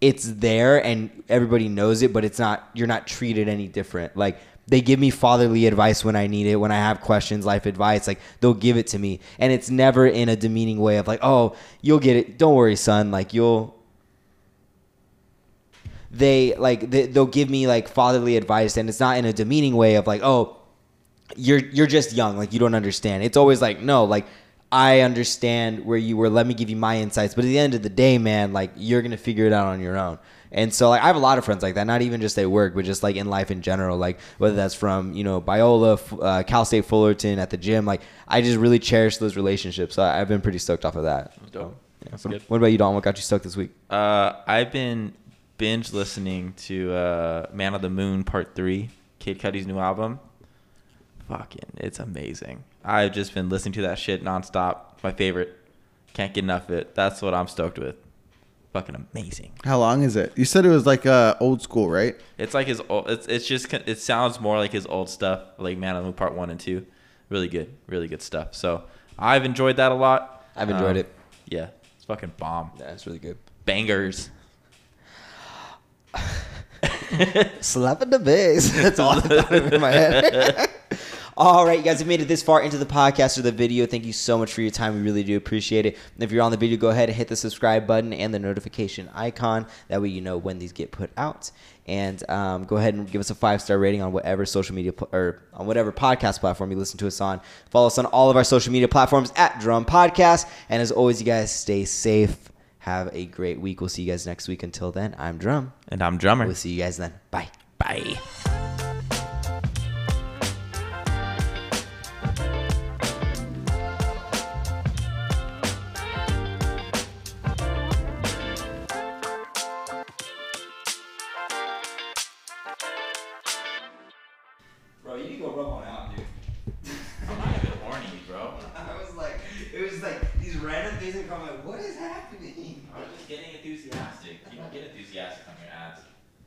B: it's there and everybody knows it, but it's not, you're not treated any different. Like, they give me fatherly advice when I need it, when I have questions, life advice, like they'll give it to me. And it's never in a demeaning way of like, oh, you'll get it. Don't worry, son. Like, you'll, they like they, they'll give me like fatherly advice and it's not in a demeaning way of like oh you're you're just young like you don't understand it's always like no like i understand where you were let me give you my insights but at the end of the day man like you're gonna figure it out on your own and so like i have a lot of friends like that not even just at work but just like in life in general like whether that's from you know biola F- uh, cal state fullerton at the gym like i just really cherish those relationships so I- i've been pretty stoked off of that
A: Dope.
B: yeah.
A: That's good.
B: what about you don what got you stoked this week
A: Uh, I've been binge listening to uh, Man of the Moon Part Three, Kid Cudi's new album. Fucking, it's amazing. I've just been listening to that shit nonstop. My favorite. Can't get enough of it. That's what I'm stoked with. Fucking amazing.
C: How long is it? You said it was like uh, old school, right?
A: It's like his old. It's it's just con- it sounds more like his old stuff, like Man of the Moon Part One and Two. Really good, really good stuff. So I've enjoyed that a lot. Um,
B: I've enjoyed it.
A: Yeah, it's fucking bomb.
B: that's really good
A: Bangers.
B: Slap in the face. That's all that thought in my head. all right, you guys have made it this far into the podcast or the video. Thank you so much for your time. We really do appreciate it. And if you're on the video, go ahead and hit the subscribe button and the notification icon. That way you know when these get put out. And um, go ahead and give us a five star rating on whatever social media pl- or on whatever podcast platform you listen to us on. Follow us on all of our social media platforms at Drum Podcast. And as always, you guys stay safe. Have a great week. We'll see you guys next week. Until then, I'm Drum.
A: And I'm drummer.
B: We'll see you guys then. Bye.
A: Bye.
B: Bro, you need to go rub one out, dude.
A: I'm not even horny, bro.
B: I was like, it was like these random things that come like, what is happening?
A: I was just getting enthusiastic. You don't get enthusiastic on here.